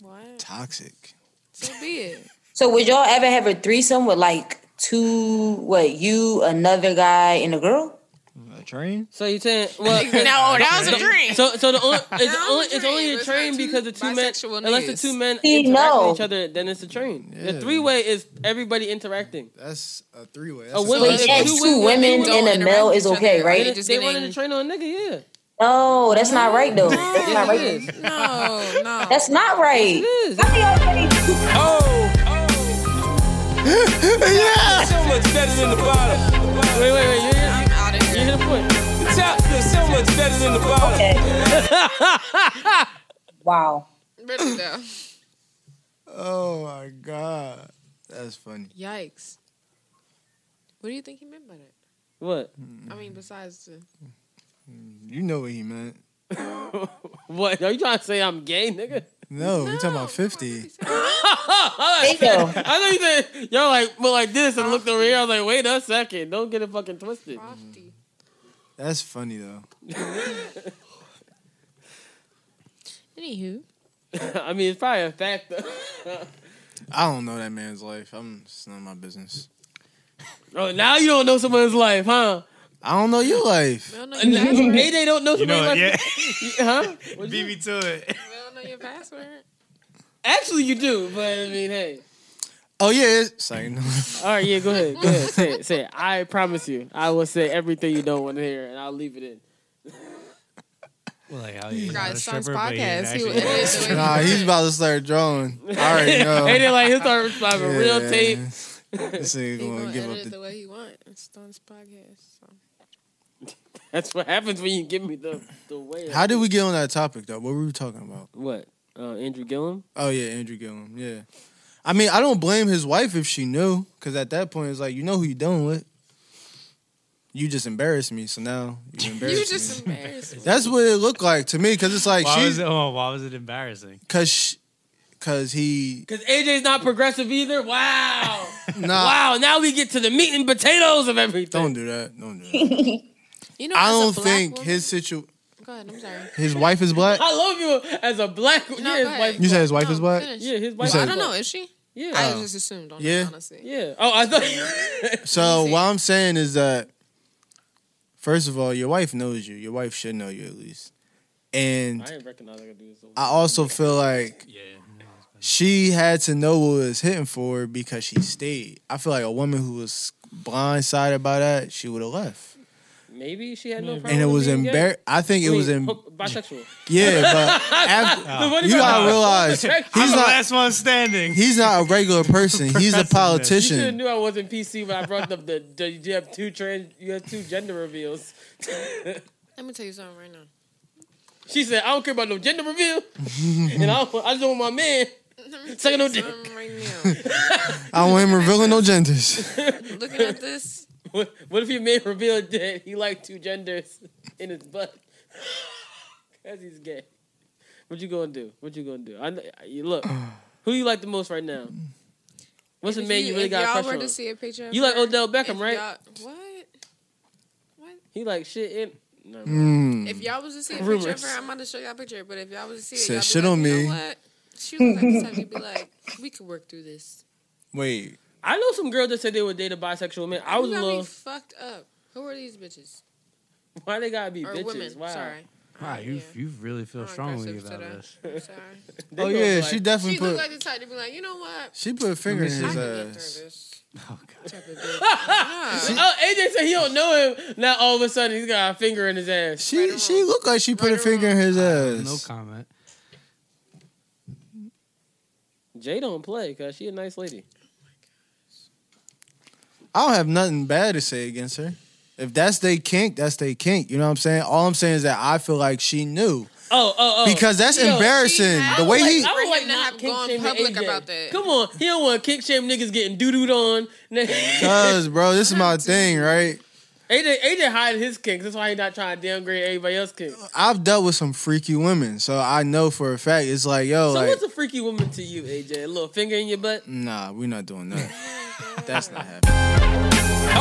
What?
Toxic.
So be it.
So, would y'all ever have a threesome with like two, what, you, another guy, and a girl?
A train?
So you saying well?
No, Oh, that was a
the-
dream.
So so the only it's
was
only
a
it's
dream.
only a
It's
train
not two
because the two men
bisexual
unless the
niggas.
two men
See,
interact
no.
with each other, then it's a train.
Yeah.
The three way is everybody interacting.
That's a three way.
A woman-
Wait,
if
yeah,
two women
two women
don't
and a male
interact
is
with each
okay,
other,
They,
They
right?
just
they running
getting-
a train on a nigga, yeah.
No, that's not right though. That's
Yes,
not right.
it is.
No, no.
That's not right.
It is.
yeah.
So much better than the bottom.
Wait, wait, wait. You hear,
I'm out of
you
here.
hear the point?
The top feels so much better than the bottom.
Okay. wow.
Really though.
Oh my god, that's funny.
Yikes. What do you think he meant by that?
What?
I mean, besides the.
You know what he meant.
what? Are you trying to say I'm gay, nigga?
No, we
Oh,
talking about fifty.
I know you said y'all like well like this and looked over here. I was like, wait a second, don't get it fucking twisted.
That's funny though.
Anywho,
I mean, it's probably a fact. though.
I don't know that man's life. I'm it's none of my business.
oh, now you don't know someone's life, huh?
I don't know your life.
Hey, they don't know
You know
somebody's
it,
life. huh? Beat
me to it.
we don't know your password.
Actually, you do, but I mean, hey.
Oh yeah, it's saying.
All right, yeah, go ahead, go ahead, say it, say it. I promise you, I will say everything you don't want to hear, and I'll leave it in.
Well, like, how
Forgot his son's
but he didn't
podcast. He
actually-
was-
nah, he's about to start drawing. I already know.
Hey, they like he'll start responding real tape.
This nigga
He
gonna
gonna
give up
edit it
the.
the way he want. It's on his podcast. So.
That's what happens when you give me the the way.
How did we get on that topic though? What were we talking about?
What? Uh, Andrew Gillum.
Oh yeah, Andrew Gillum. Yeah, I mean, I don't blame his wife if she knew, because at that point it's like you know who you dealing with. You just embarrassed me, so now you embarrassed
You
me.
just embarrassed. me.
That's what it looked like to me, because it's like
why was
she,
it? Oh, why was it embarrassing?
because, because he.
Because AJ's not progressive either. Wow.
Nah.
Wow. Now we get to the meat and potatoes of everything.
Don't do that. Don't do that.
You know,
I
as a
don't
black
think
woman-
his situ.
Go ahead. I'm sorry.
His wife is black.
I love you as a black.
No,
yeah,
go
his
ahead.
wife.
You said his wife
No,
is black.
finish.
Yeah, his
You
wife.
said-
I don't know. Is she?
Yeah.
I just assumed. On
Oh. Yeah.
yeah. Honestly.
Yeah. Oh, I thought.
So what I'm saying is that first of all, your wife knows you. Your wife should know you at least. And
I didn't recognize I could do this.
I also feel like she had to know what was hitting for her because she stayed. I feel like a woman who was blindsided by that, she would have left.
Maybe she had no problem.
And it
with
was
being gay.
embar. I think it
mean,
was em-
ho- bisexual.
yeah, but after,
The funny
you
part
gotta
about-
realize
I'm
he's
the
not
last one standing.
he's not a regular person. He's
You should
a
Progressiveness.
have
politician.
knew I wasn't PC when I brought up the, the you have two trans you have two gender reveals.
Let me tell you something right now.
she said, I don't care about no gender reveal. and I, don't- I just want my man.
Let me
Sucking
tell
no
you
dick.
something right now.
I don't want him revealing no genders.
Looking at this,
What, what if your man revealed that he liked two genders in his butt? Cause he's gay. What you gonna do? What you gonna do? I kn- you look. Who you like the most right now? What's the
if
man you really
if
got a
y'all
crush
were
on?
to see a picture. of
You like
her,
Odell Beckham,
if
right?
y'all- What?
He like shit in. No,
Mm.
If y'all was to see a picture of
Rumors.
her, I'm about to show y'all a picture. But if y'all was to see it,
Said
y'all be
shit on
like, you
me."
Know what? She was like, this time you'd be like, we could work through this.
Wait,
I know some girls that said they would date a bisexual man. I was
you
a
got me
little.
fucked up. Who are these bitches
Why they gotta be
or
bitches?
women?
wow.
Sorry, Oh,
Wow, you you really feel strongly
aggressive
about
today.
this.
I'm sorry.
They
Oh
gonna
yeah,
be
she
like,
definitely
she
put
looked like the type to be like, you know what?
she put a finger in
see.
his
I can get
ass.
through this.
Oh god.
Type of bitch. Nah.
Oh, AJ said he don't know him. Now all of a sudden he's got a finger in his ass.
She she looked like she put a
Right or
finger in his
No
ass.
comment.
Jay don't play because she a nice lady.
I don't have nothing bad to say against her. If that's they kink, that's they kink. You know what I'm saying? All I'm saying is that I feel like she knew
Oh, oh, oh.
because that's
Yo,
embarrassing.
she-
The
I
way
was
he
like,
I would
For
like
him to
not
have
kink
gone
shaming
public
AJ.
about that.
Come on, he don't want kink shame niggas getting doo dooed on. AJ
does, bro. This is my thing, right?
AJ hiding his kinks. That's why he not trying to downgrade everybody else kinks. So
I've dealt with some freaky women, so I know for a fact it's like, yo, like,
what's a freaky woman to you, AJ? A little finger in your butt?
nah, we're not doing that. that's not happening.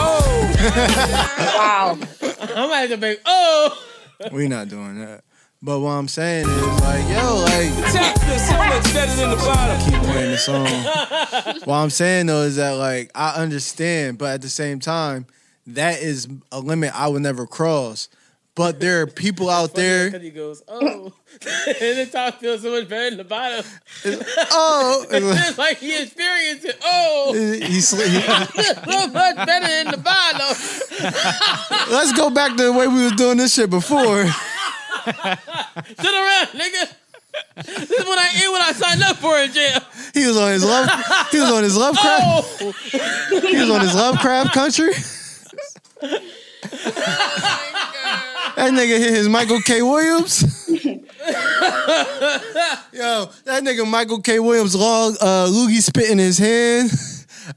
Wow.
I might have to make. Oh,
We're not doing that. But what I'm saying is like, yo, like.
Top is so much better than the bottom.
keep playing the song. what I'm saying though is that like I understand, but at the same time, that is a limit I would never cross. But there are people out
Because
there.
he goes, oh, and the top feels so much better than the bottom.
Oh,
It's like he experienced it. Oh,
he sli- he-
so much better than the bottom.
let's go back to the way we was doing this shit before.
Sit around, nigga. This is what I ate when I signed up for in jail.
He was on his love. He was on his Lovecraft.
Oh,
He was on his Lovecraft country. That nigga hit his Michael K. Williams. Yo, that That nigga Michael K. Williams log uh, loogie spit in his hand.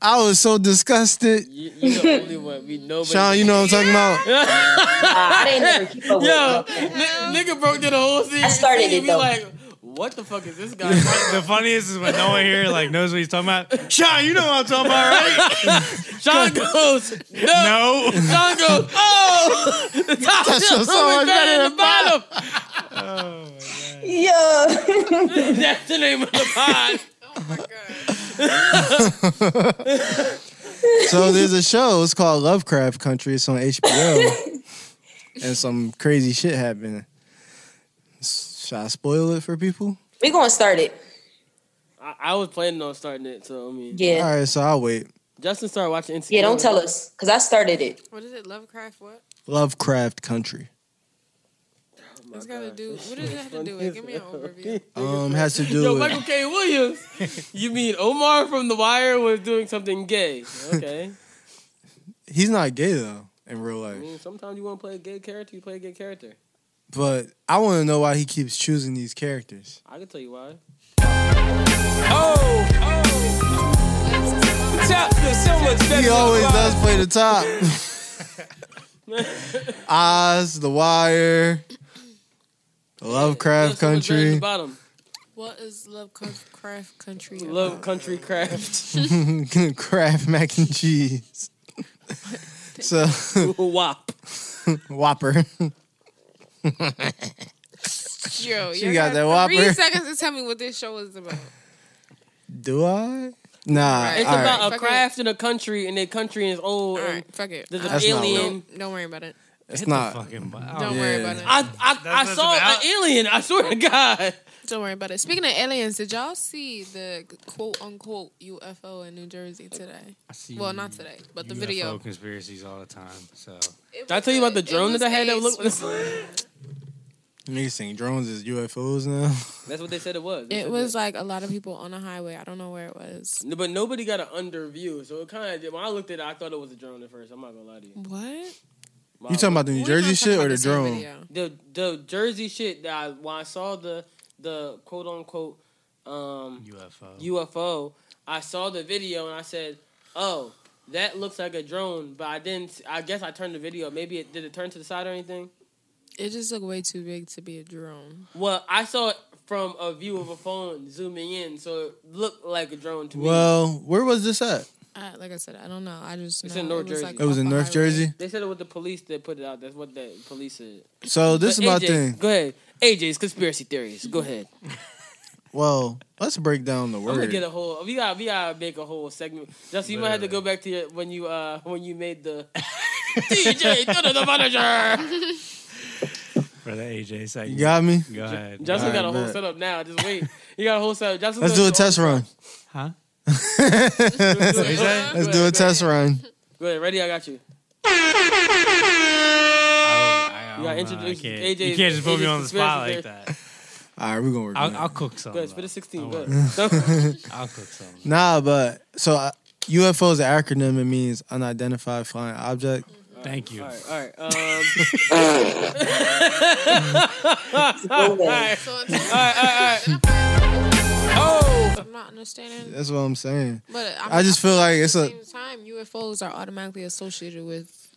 I was so disgusted.
You know only what we know.
Sean, you know what I'm talking about?
I
didn't never
keep up Yo, ni- nigga broke through the whole scene.
I started
He
it,
be
though.
Like, what the fuck is this guy?
the funniest is when no one here like knows what he's talking about. Sean, you know what I'm talking about, right?
Sean goes,
no.
Sean goes, oh, the top
That's
shelf
so much
always better than the bottom.
Yeah.
That's the name of the pod.
so there's a show. It's called Lovecraft Country. It's on HBO, and some crazy shit happened. S- Should I spoil it for people?
We gonna start it.
I, I was planning on starting it, so I mean,
All right, so I'll wait.
Justin started watching NCAA.
Yeah, don't tell us because I started it.
What is it? Lovecraft? What?
Lovecraft Country.
Oh
it's got to do. What does it have to do with? Give me an overview.
Um, has to do
Yo,
with
Michael K. Williams. you mean Omar from The Wire was doing something gay? Okay.
he's not gay though in real
I
life,
mean, sometimes you want to play a gay character, you play a gay character.
but I want to know why he keeps choosing these characters.
I can tell you why.
Oh, the top feels so much better.
He always
than the
does
bottom.
play the top. Oz, The Wire, Lovecraft
Someone's better than
Country.
The bottom.
What is Lovecraft Country?
Love country craft.
Kraft mac and cheese. so
Wop.
Whopper.
Yo,
She
you
got that
got, three
whopper.
seconds to tell me what this show is about.
Do I? Nah.
It's
all
about
right.
a craft in a country, and their country is old.
All
and
right, Um, fuck it.
There's an
That's not Oh.
alien.
Don't, don't worry about it.
It's not.
Don't worry about it.
I I, I
what it's
saw
about?
an alien. I swear to God.
Don't worry about it. Speaking of aliens, did y'all see the quote unquote UFO in New Jersey today?
oh, I see
Well,
Mm.
not today, but the
UFO
video.
conspiracies all the time. So
It
Did I
was
tell you
a-
about the
it
drone that
was
I had
a
that looked?
Niggas saying drones is UFOs now.
That's what they said it was. They
It
said
was
that.
like a lot of people on a highway. I don't know where it was.
No, But nobody got an under view, so it kind of. When I looked at it, I thought it was a drone at first. I'm not gonna lie to you.
What?
You talking about the New
We're not
Jersey
talking
shit
about
or the
same
drone?
video.
the the Jersey shit that I, when I saw the the quote unquote um,
UFO.
UFO, I saw the video and I said, "Oh, that looks like a drone," but I didn't. I guess I turned the video. Maybe it did it turn to the side or anything.
It just looked way too big to be a drone.
Well, I saw it from a view of a phone zooming in, so it looked like a drone to me.
Well, where was this at?
I, like I said, I don't know. I just
It's
know
in North Jersey.
like
It was in
off a
North
highway.
Jersey.
They said it was the police that put it out. That's what the police said.
So this
But
is my
AJ,
thing.
Go ahead, AJ's conspiracy theories. Go ahead.
Well, let's break down the
I'm gonna
word.
get a whole. We got. We gotta make a whole segment. Justin, you might have to go back to your, when you uh when you made the DJ to the manager.
for the AJ segment.
You got me.
Go ahead.
Justin
Alright,
got a whole
bet.
setup now. Just wait. You got a whole setup. Justin,
Let's do a test run.
Huh?
you say?
Let's do a test run.
Go ahead. Ready? I got you.
I,
You gotta introduce
I can't,
AJ.
you can't just put me
AJ's
on the spot
conspiracy
like that.
All right, we're gonna work. on
I'll,
it.
I'll cook
Go ahead.
something.
Spit a
up.
sixteen. Go
Don't worry.
ahead.
I'll cook something.
Nah, but so uh, UFO is an acronym. It means unidentified flying object.
Thank you.
all right. All right. Um... all right.
So it's-
All right. All right. Oh!
I'm not understanding.
That's what I'm saying.
But I'm,
I just feel like it's
at
a.
the same time, UFOs are automatically associated with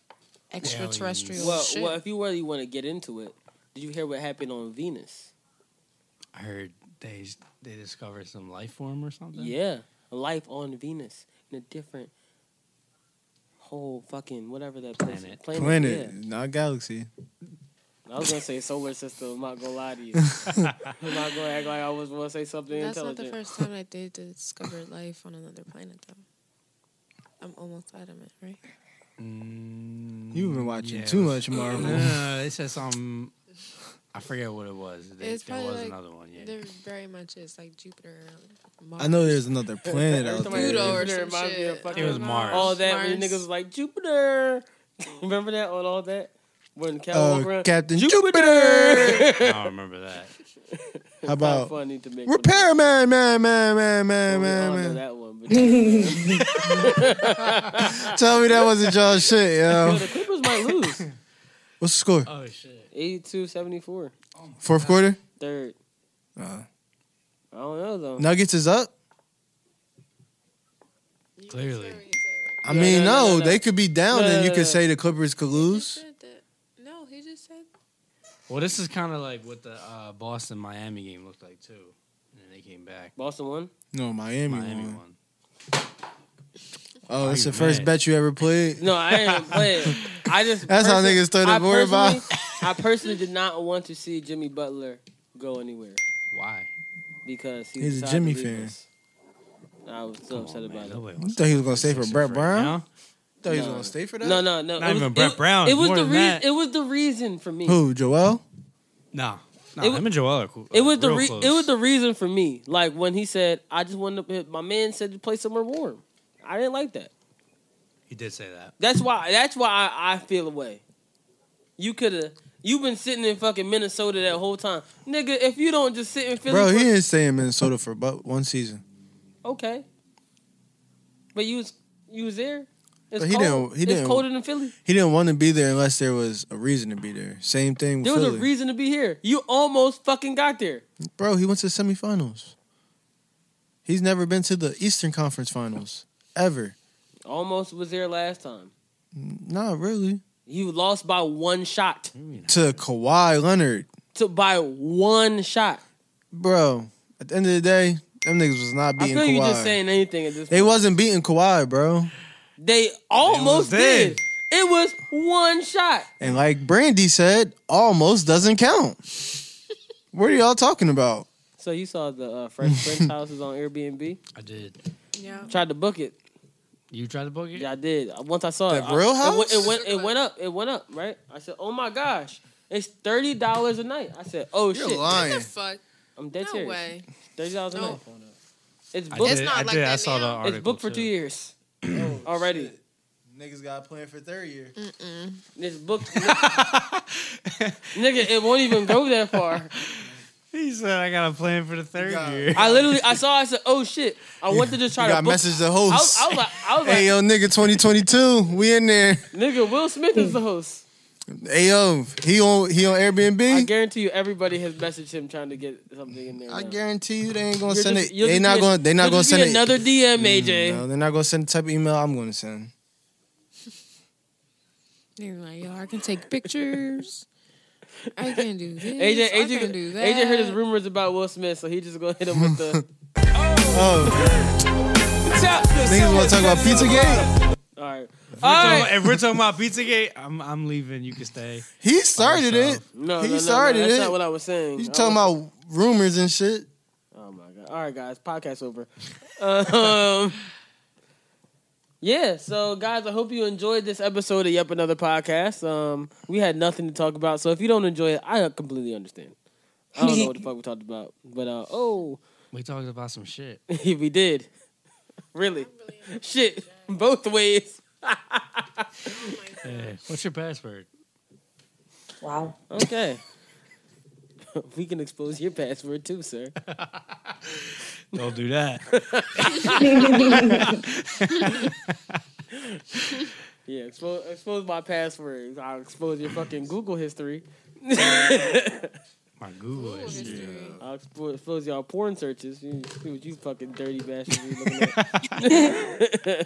extraterrestrial
Well,
shit.
well, if you really want to get into it, did you hear what happened on Venus?
I heard they they discovered some life form or
Mm-hmm.
something.
Yeah, life on Venus in a different whole fucking whatever that place
Planet.
Planet.
Planet, not galaxy.
yeah. I was gonna say solar system. I'm not gonna lie to you. I'm not gonna act like I was gonna say something
That's not
intelligent.
the first time that they discovered life on another planet, though. I'm almost adamant, right?
You've been watching
Mm, yeah,
too
it
much Marvel.
No, no, no, they said some. I forget what it was. They,
It's
there
probably
was
like-
another one. Yeah.
There very much is like Jupiter. Mars.
I know there's another planet
Every
out
time I hear
Pluto
there.
or
Jupiter, it
some
reminds me
shit.
of fucking
It was Mars.
All that when the niggas
Mars.
was like Jupiter. Remember that on all that when Cal
Uh,
walked around?
Captain
I
Jupiter.
don't remember that.
How
Not
about
funny to make one up.
repairman, man, man, man,
We
man,
all know
man, man?
that one. But
Tell me that wasn't y'all shit,
Yo,
yo.
the Clippers might lose.
What's the score?
Oh shit.
82 74.
Fourth quarter?
Third.
Uh,
I I don't know though.
Nuggets is up.
Clearly.
I
No, no,
mean, no,
no, no, no.
they could be down,
No,
and
no,
you
no,
could
no.
say the Clippers could lose.
No, he just said.
Well, this is kind of like what the uh, Boston Miami game looked like too, and then they came back.
Boston won.
No, Miami,
Miami
won.
won.
Oh,
Why
that's
you
the first
mad?
bet you ever played.
No, I ain't playing. I just
That's how
person-
niggas started
I
worrying about-
personally- I personally did not want to see Jimmy Butler go anywhere
Why?
because he
He's a
decided
Jimmy
to leave
fan.
us. I was so upset about it.
You thought he was gonna stay for Brett Brown? Thought he was gonna stay for that?
No, no, no.
Not
It was-
even
it-
Brett Brown,
It was
more
the
than
reason.
that.
It was the reason for me.
Who? Joel?
Nah, nah.
It
It
wa-
him and Joel are cool. uh,
It was the
real
re-
close.
it was the reason for me. Like when he said, "I just wanted to." My man said to play somewhere warm. I didn't like that.
He did say that.
That's why. That's why I, I feel away. You could have. You've been sitting in fucking Minnesota that whole time, nigga. If you don't just sit in Philly,
Bro,
for-
he didn't stay in Minnesota for but one season.
okay. But you was you was there. It's
But he
cold.
didn't- he
It's
didn't-
colder than Philly.
He didn't want to be there unless there was a reason to be there. Same thing with
There was a
Philly.
reason to be here. You almost fucking got there.
Bro, he went to semifinals. He's never been to the Eastern Conference Finals ever.
Almost was there last time.
Not really.
You lost by one shot.
To Kawhi Leonard,
To by one shot.
bro. At the end of the day, them niggas was not
I
beating
feel
Kawhi.
you just saying anything at this
they
point.
wasn't beating Kawhi, bro.
They almost
dead.
did. It was one shot.
And like Brandy said, almost doesn't count. what are y'all talking about?
So you saw the uh, Fresh Prince houses on Airbnb?
I did.
Yeah.
Tried to book it.
You tried to book it?
Yeah, I did. Once I saw
The
it, I-
real
it went-
house?
It went, it went. up. It went up. Right? I said, "Oh my gosh, it's thirty dollars a night." I said, "Oh
You're
shit,
lying.
What the fuck?
I'm dead
No
serious.
way.
Thirty dollars a
No.
night. It's
I
booked.
did. I
like
did.
that
I saw the
now. It's
article.
it's booked for two
too.
years already.
Oh, Niggas got a plan for third year.
It's booked. Nigga, it won't even go that far.
He said, "I got a plan for the third
got-
year."
I literally, I saw. I said, "Oh shit!" I went to just try
You
to
got
book.
message the
I
host.
was, I was like, I was like,
Hey yo, nigga, 2022, we in there.
nigga, Will Smith is the host.
Hey yo, he on he on
I
Airbnb.
guarantee you, everybody has messaged him trying to get something in there.
I
now.
guarantee you they ain't gonna
You'll
send
just-
it.
you'll
They
just
not
be a-
gonna. They
you'll
not gonna
just be
send it. Mm,
another DM, AJ.
No, they're not gonna send the type of email I'm gonna send.
They were like, yo, I can take pictures. I can do this.
AJ,
I
AJ,
can do that.
AJ heard his rumors about Will Smith, so he just gonna hit him with the.
Oh, niggas wanna talk about PizzaGate?
All right,
We're
all
talking-
right.
if we're talking about Pizzagate, I'm I'm leaving. You can stay.
He started it.
No,
He
no, no,
started
no, that's
it.
not what I was saying.
You
I
talking
was-
about rumors and shit?
Oh my god! All right, guys, podcast over. um, yeah, so guys, I hope you enjoyed this episode of Yep Another Podcast. Um, we had nothing to talk about, so if you don't enjoy it, I completely understand. I don't know what the fuck we talked about, but uh, oh,
We talked about some shit.
we did. really, shit, both ways.
Yeah. What's your password?
Wow.
Okay. we can expose your password too, sir.
Don't do that.
Yeah, expose, expose my password. I'll expose your fucking Google history.
My Google
Ooh,
is
history.
I'll expose, expose y'all porn searches. You see what you fucking dirty bastards be looking at.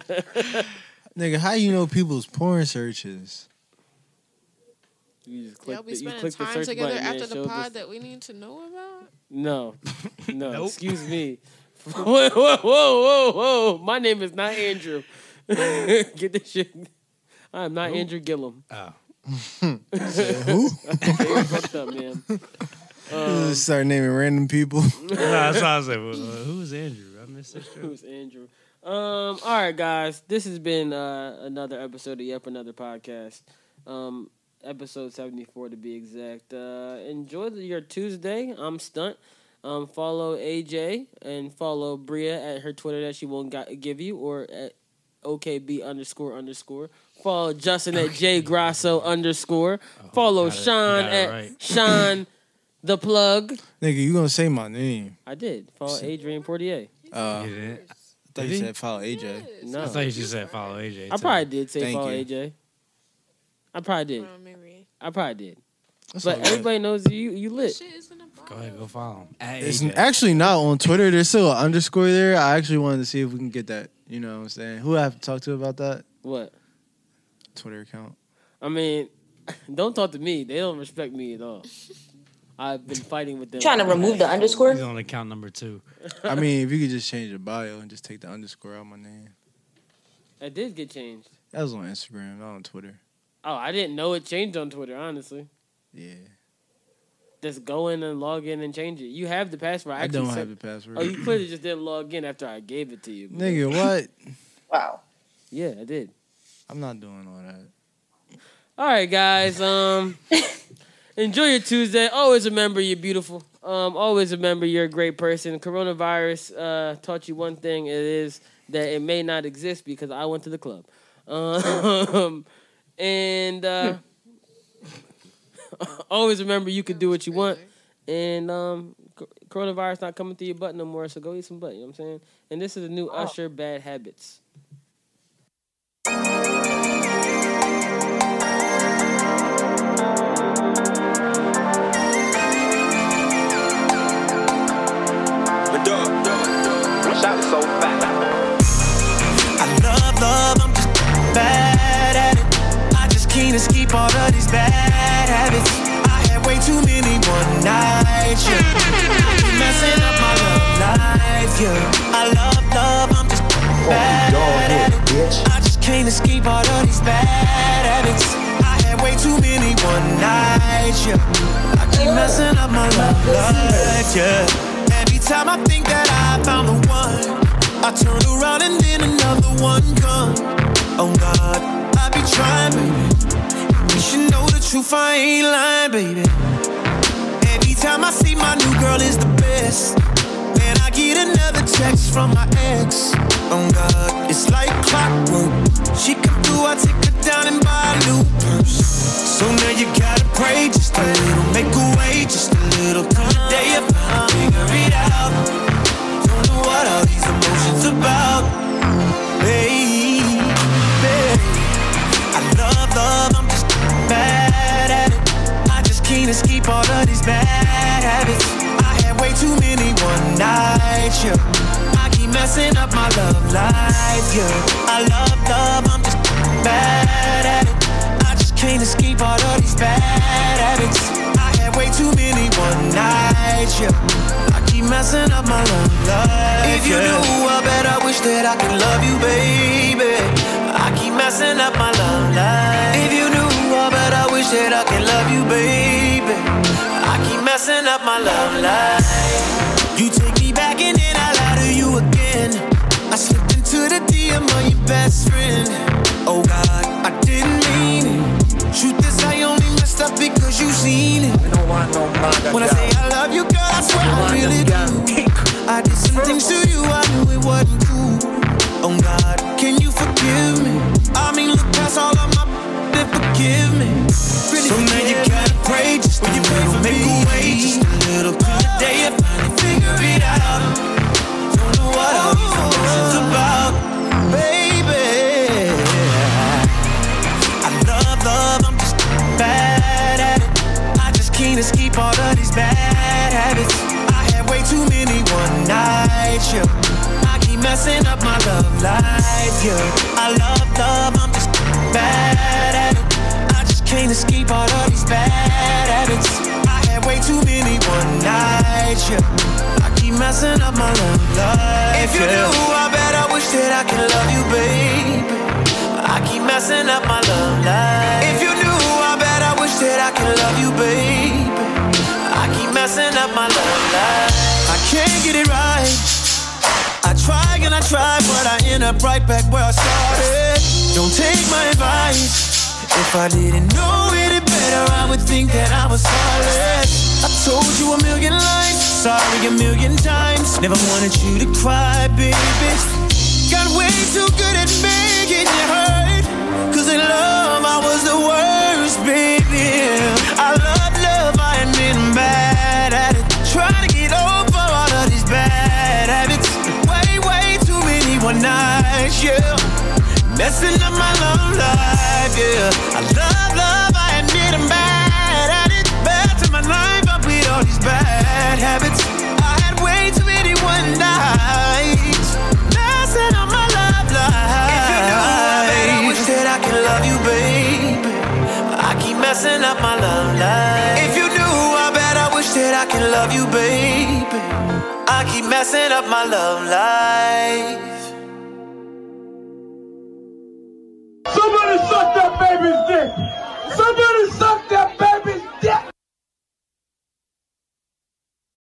Nigga, how you know people's porn searches?
You just click,
Y'all
the,
be
you
spending
click the
time
search
together
button
after
and
the
shows
pod
this-
that we need to know about?
No, no,
Nope.
excuse me. whoa, whoa, whoa, whoa, whoa. My name is not Andrew. Get this shit. I am not Andrew Gillum.
Oh.
Very fucked up, man. Um,
Just start naming random people.
No, that's what I was like. well, uh, who is Andrew? I missed this joke.
Who's Andrew? Um, all right, guys. This has been uh, another episode of Yep Another Podcast. Um, episode 74 to be exact. Uh, enjoy the, your Tuesday. I'm Stunt. Um, follow AJ and follow Bria at her Twitter that she won't got, give you or at OKB underscore underscore. Follow Justin at J Grasso underscore. follow
got it. Oh, You
Sean
got it
at
right.
Sean the plug.
Nigga, you gonna say my name?
I did. Follow Adrian Portier.
Uh,
You didn't?
I thought
Did
you
he?
said follow AJ.
No.
I thought you just said follow AJ.
I
too.
probably did say
Thank
follow
you.
AJ. I probably did.
Well, maybe.
I probably did.
That's
but
all right.
everybody knows you you lit.
Shit is in a box.
Go ahead, go follow him. At
It's
AJ.
actually not on Twitter. There's still an underscore there. I actually wanted to see if we can get that. You know what I'm saying? Who I have to talk to about that
What?
Twitter account?
I mean, don't talk to me. They don't respect me at all. I've been fighting with them.
He's on account number two.
I mean, if you could just change the bio and just take the underscore out of my name.
It did get changed.
That was on Instagram, not on Twitter.
Oh, I didn't know it changed on Twitter. Honestly,
Yeah.
just go in and log in and change it. You have the password.
I
actually
don't
sent-
have the password.
Oh, you clearly just didn't log in after I gave it to you.
Nigga, what?
Wow.
Yeah, I did.
I'm not doing all that.
All right, guys. Um, enjoy your Tuesday. Always remember you're beautiful. Um, always remember you're a great person. Coronavirus uh, taught you one thing: it is that it may not exist because I went to the club. Um, and uh, always remember you can do what you want. And um, co- coronavirus not coming through your butt no more. So go eat some butt. You know what I'm saying? And this is the new Usher bad habits.
I love love, I'm just bad at it. I just can't escape all of these bad habits. I had way too many one night, yeah. I be messing up my love life, yeah. I love love, I'm just bad at it. I just can't escape all of these bad habits. I had way too many one night, yeah. I keep messing up my love life, yeah. Every time I think that I found the one. I turn around and then another one come. Oh God, I be trying, baby. You should know the truth, I ain't lying, baby. Every time I see my new girl is the best. Then I get another text from my ex. Oh God, it's like clockwork. She come through, I take her down and buy a new purse. So now you gotta pray just a little, make a way just a little. Come day if I figure it out. Don't know what all these emotions about, baby. I love love, I'm just bad at it. I just can't escape all of these bad habits. I had way too many one night, yeah. I keep messing up my love life, yeah. I love love, I'm just bad at it. I just can't escape all of these bad habits. I had way too many one night, yeah. I keep messing up my love life. If you
yeah.
knew, I bet I wish that I could love you, baby. I keep messing up my love life. If you knew, I bet I wish that I could love you, baby. I keep messing up my love life. You take me back and then I lie to you again. I slipped into the DM of your best friend. Oh God, I didn't mean it. Shoot this, I only messed up because you seen it. When I say I love you, girl, I swear I really do. I did some things to you, I knew it wasn't cool. Oh God, can you forgive me? I mean, look past all of my and forgive me. Really so now you gotta pray just when you pray for make me. Away, just a little today, I finally figure it out. Don't know what all these emotions about, baby. I love love, I'm just bad at it. I just can't escape all of these bad habits. I had way too many one night, yeah. I keep messing up my love life, yeah. I love love, I'm just bad at it. I just can't escape all of these bad habits. I had way too many one night, yeah. I keep messing up my love life. If you
yeah.
knew, I bet I wish that I could love you, baby. I keep messing up my love life. If you knew, I bet I wish that I could love you, baby. I keep messing up my love life. I can't get it right. I try and I try, but I end up right back where I started. Don't take my advice. If I didn't know any better, I would think that I was heartless. I told you a million lies, sorry a million times. Never wanted you to cry, baby. Got way too good at making you hurt. Cause in love, I was the worst, baby. I love love, I ain't been bad at it. Trying to get over all of these bad habits. Way, way too many one nights, yeah. Messing up my love life, yeah. I love, love, I admit I'm bad at it. Bad to my life, I beat all these bad messing up my love life. If you do, I bet I wish that I can love you, baby. I keep messing up my love life.
Somebody suck that baby's dick. Somebody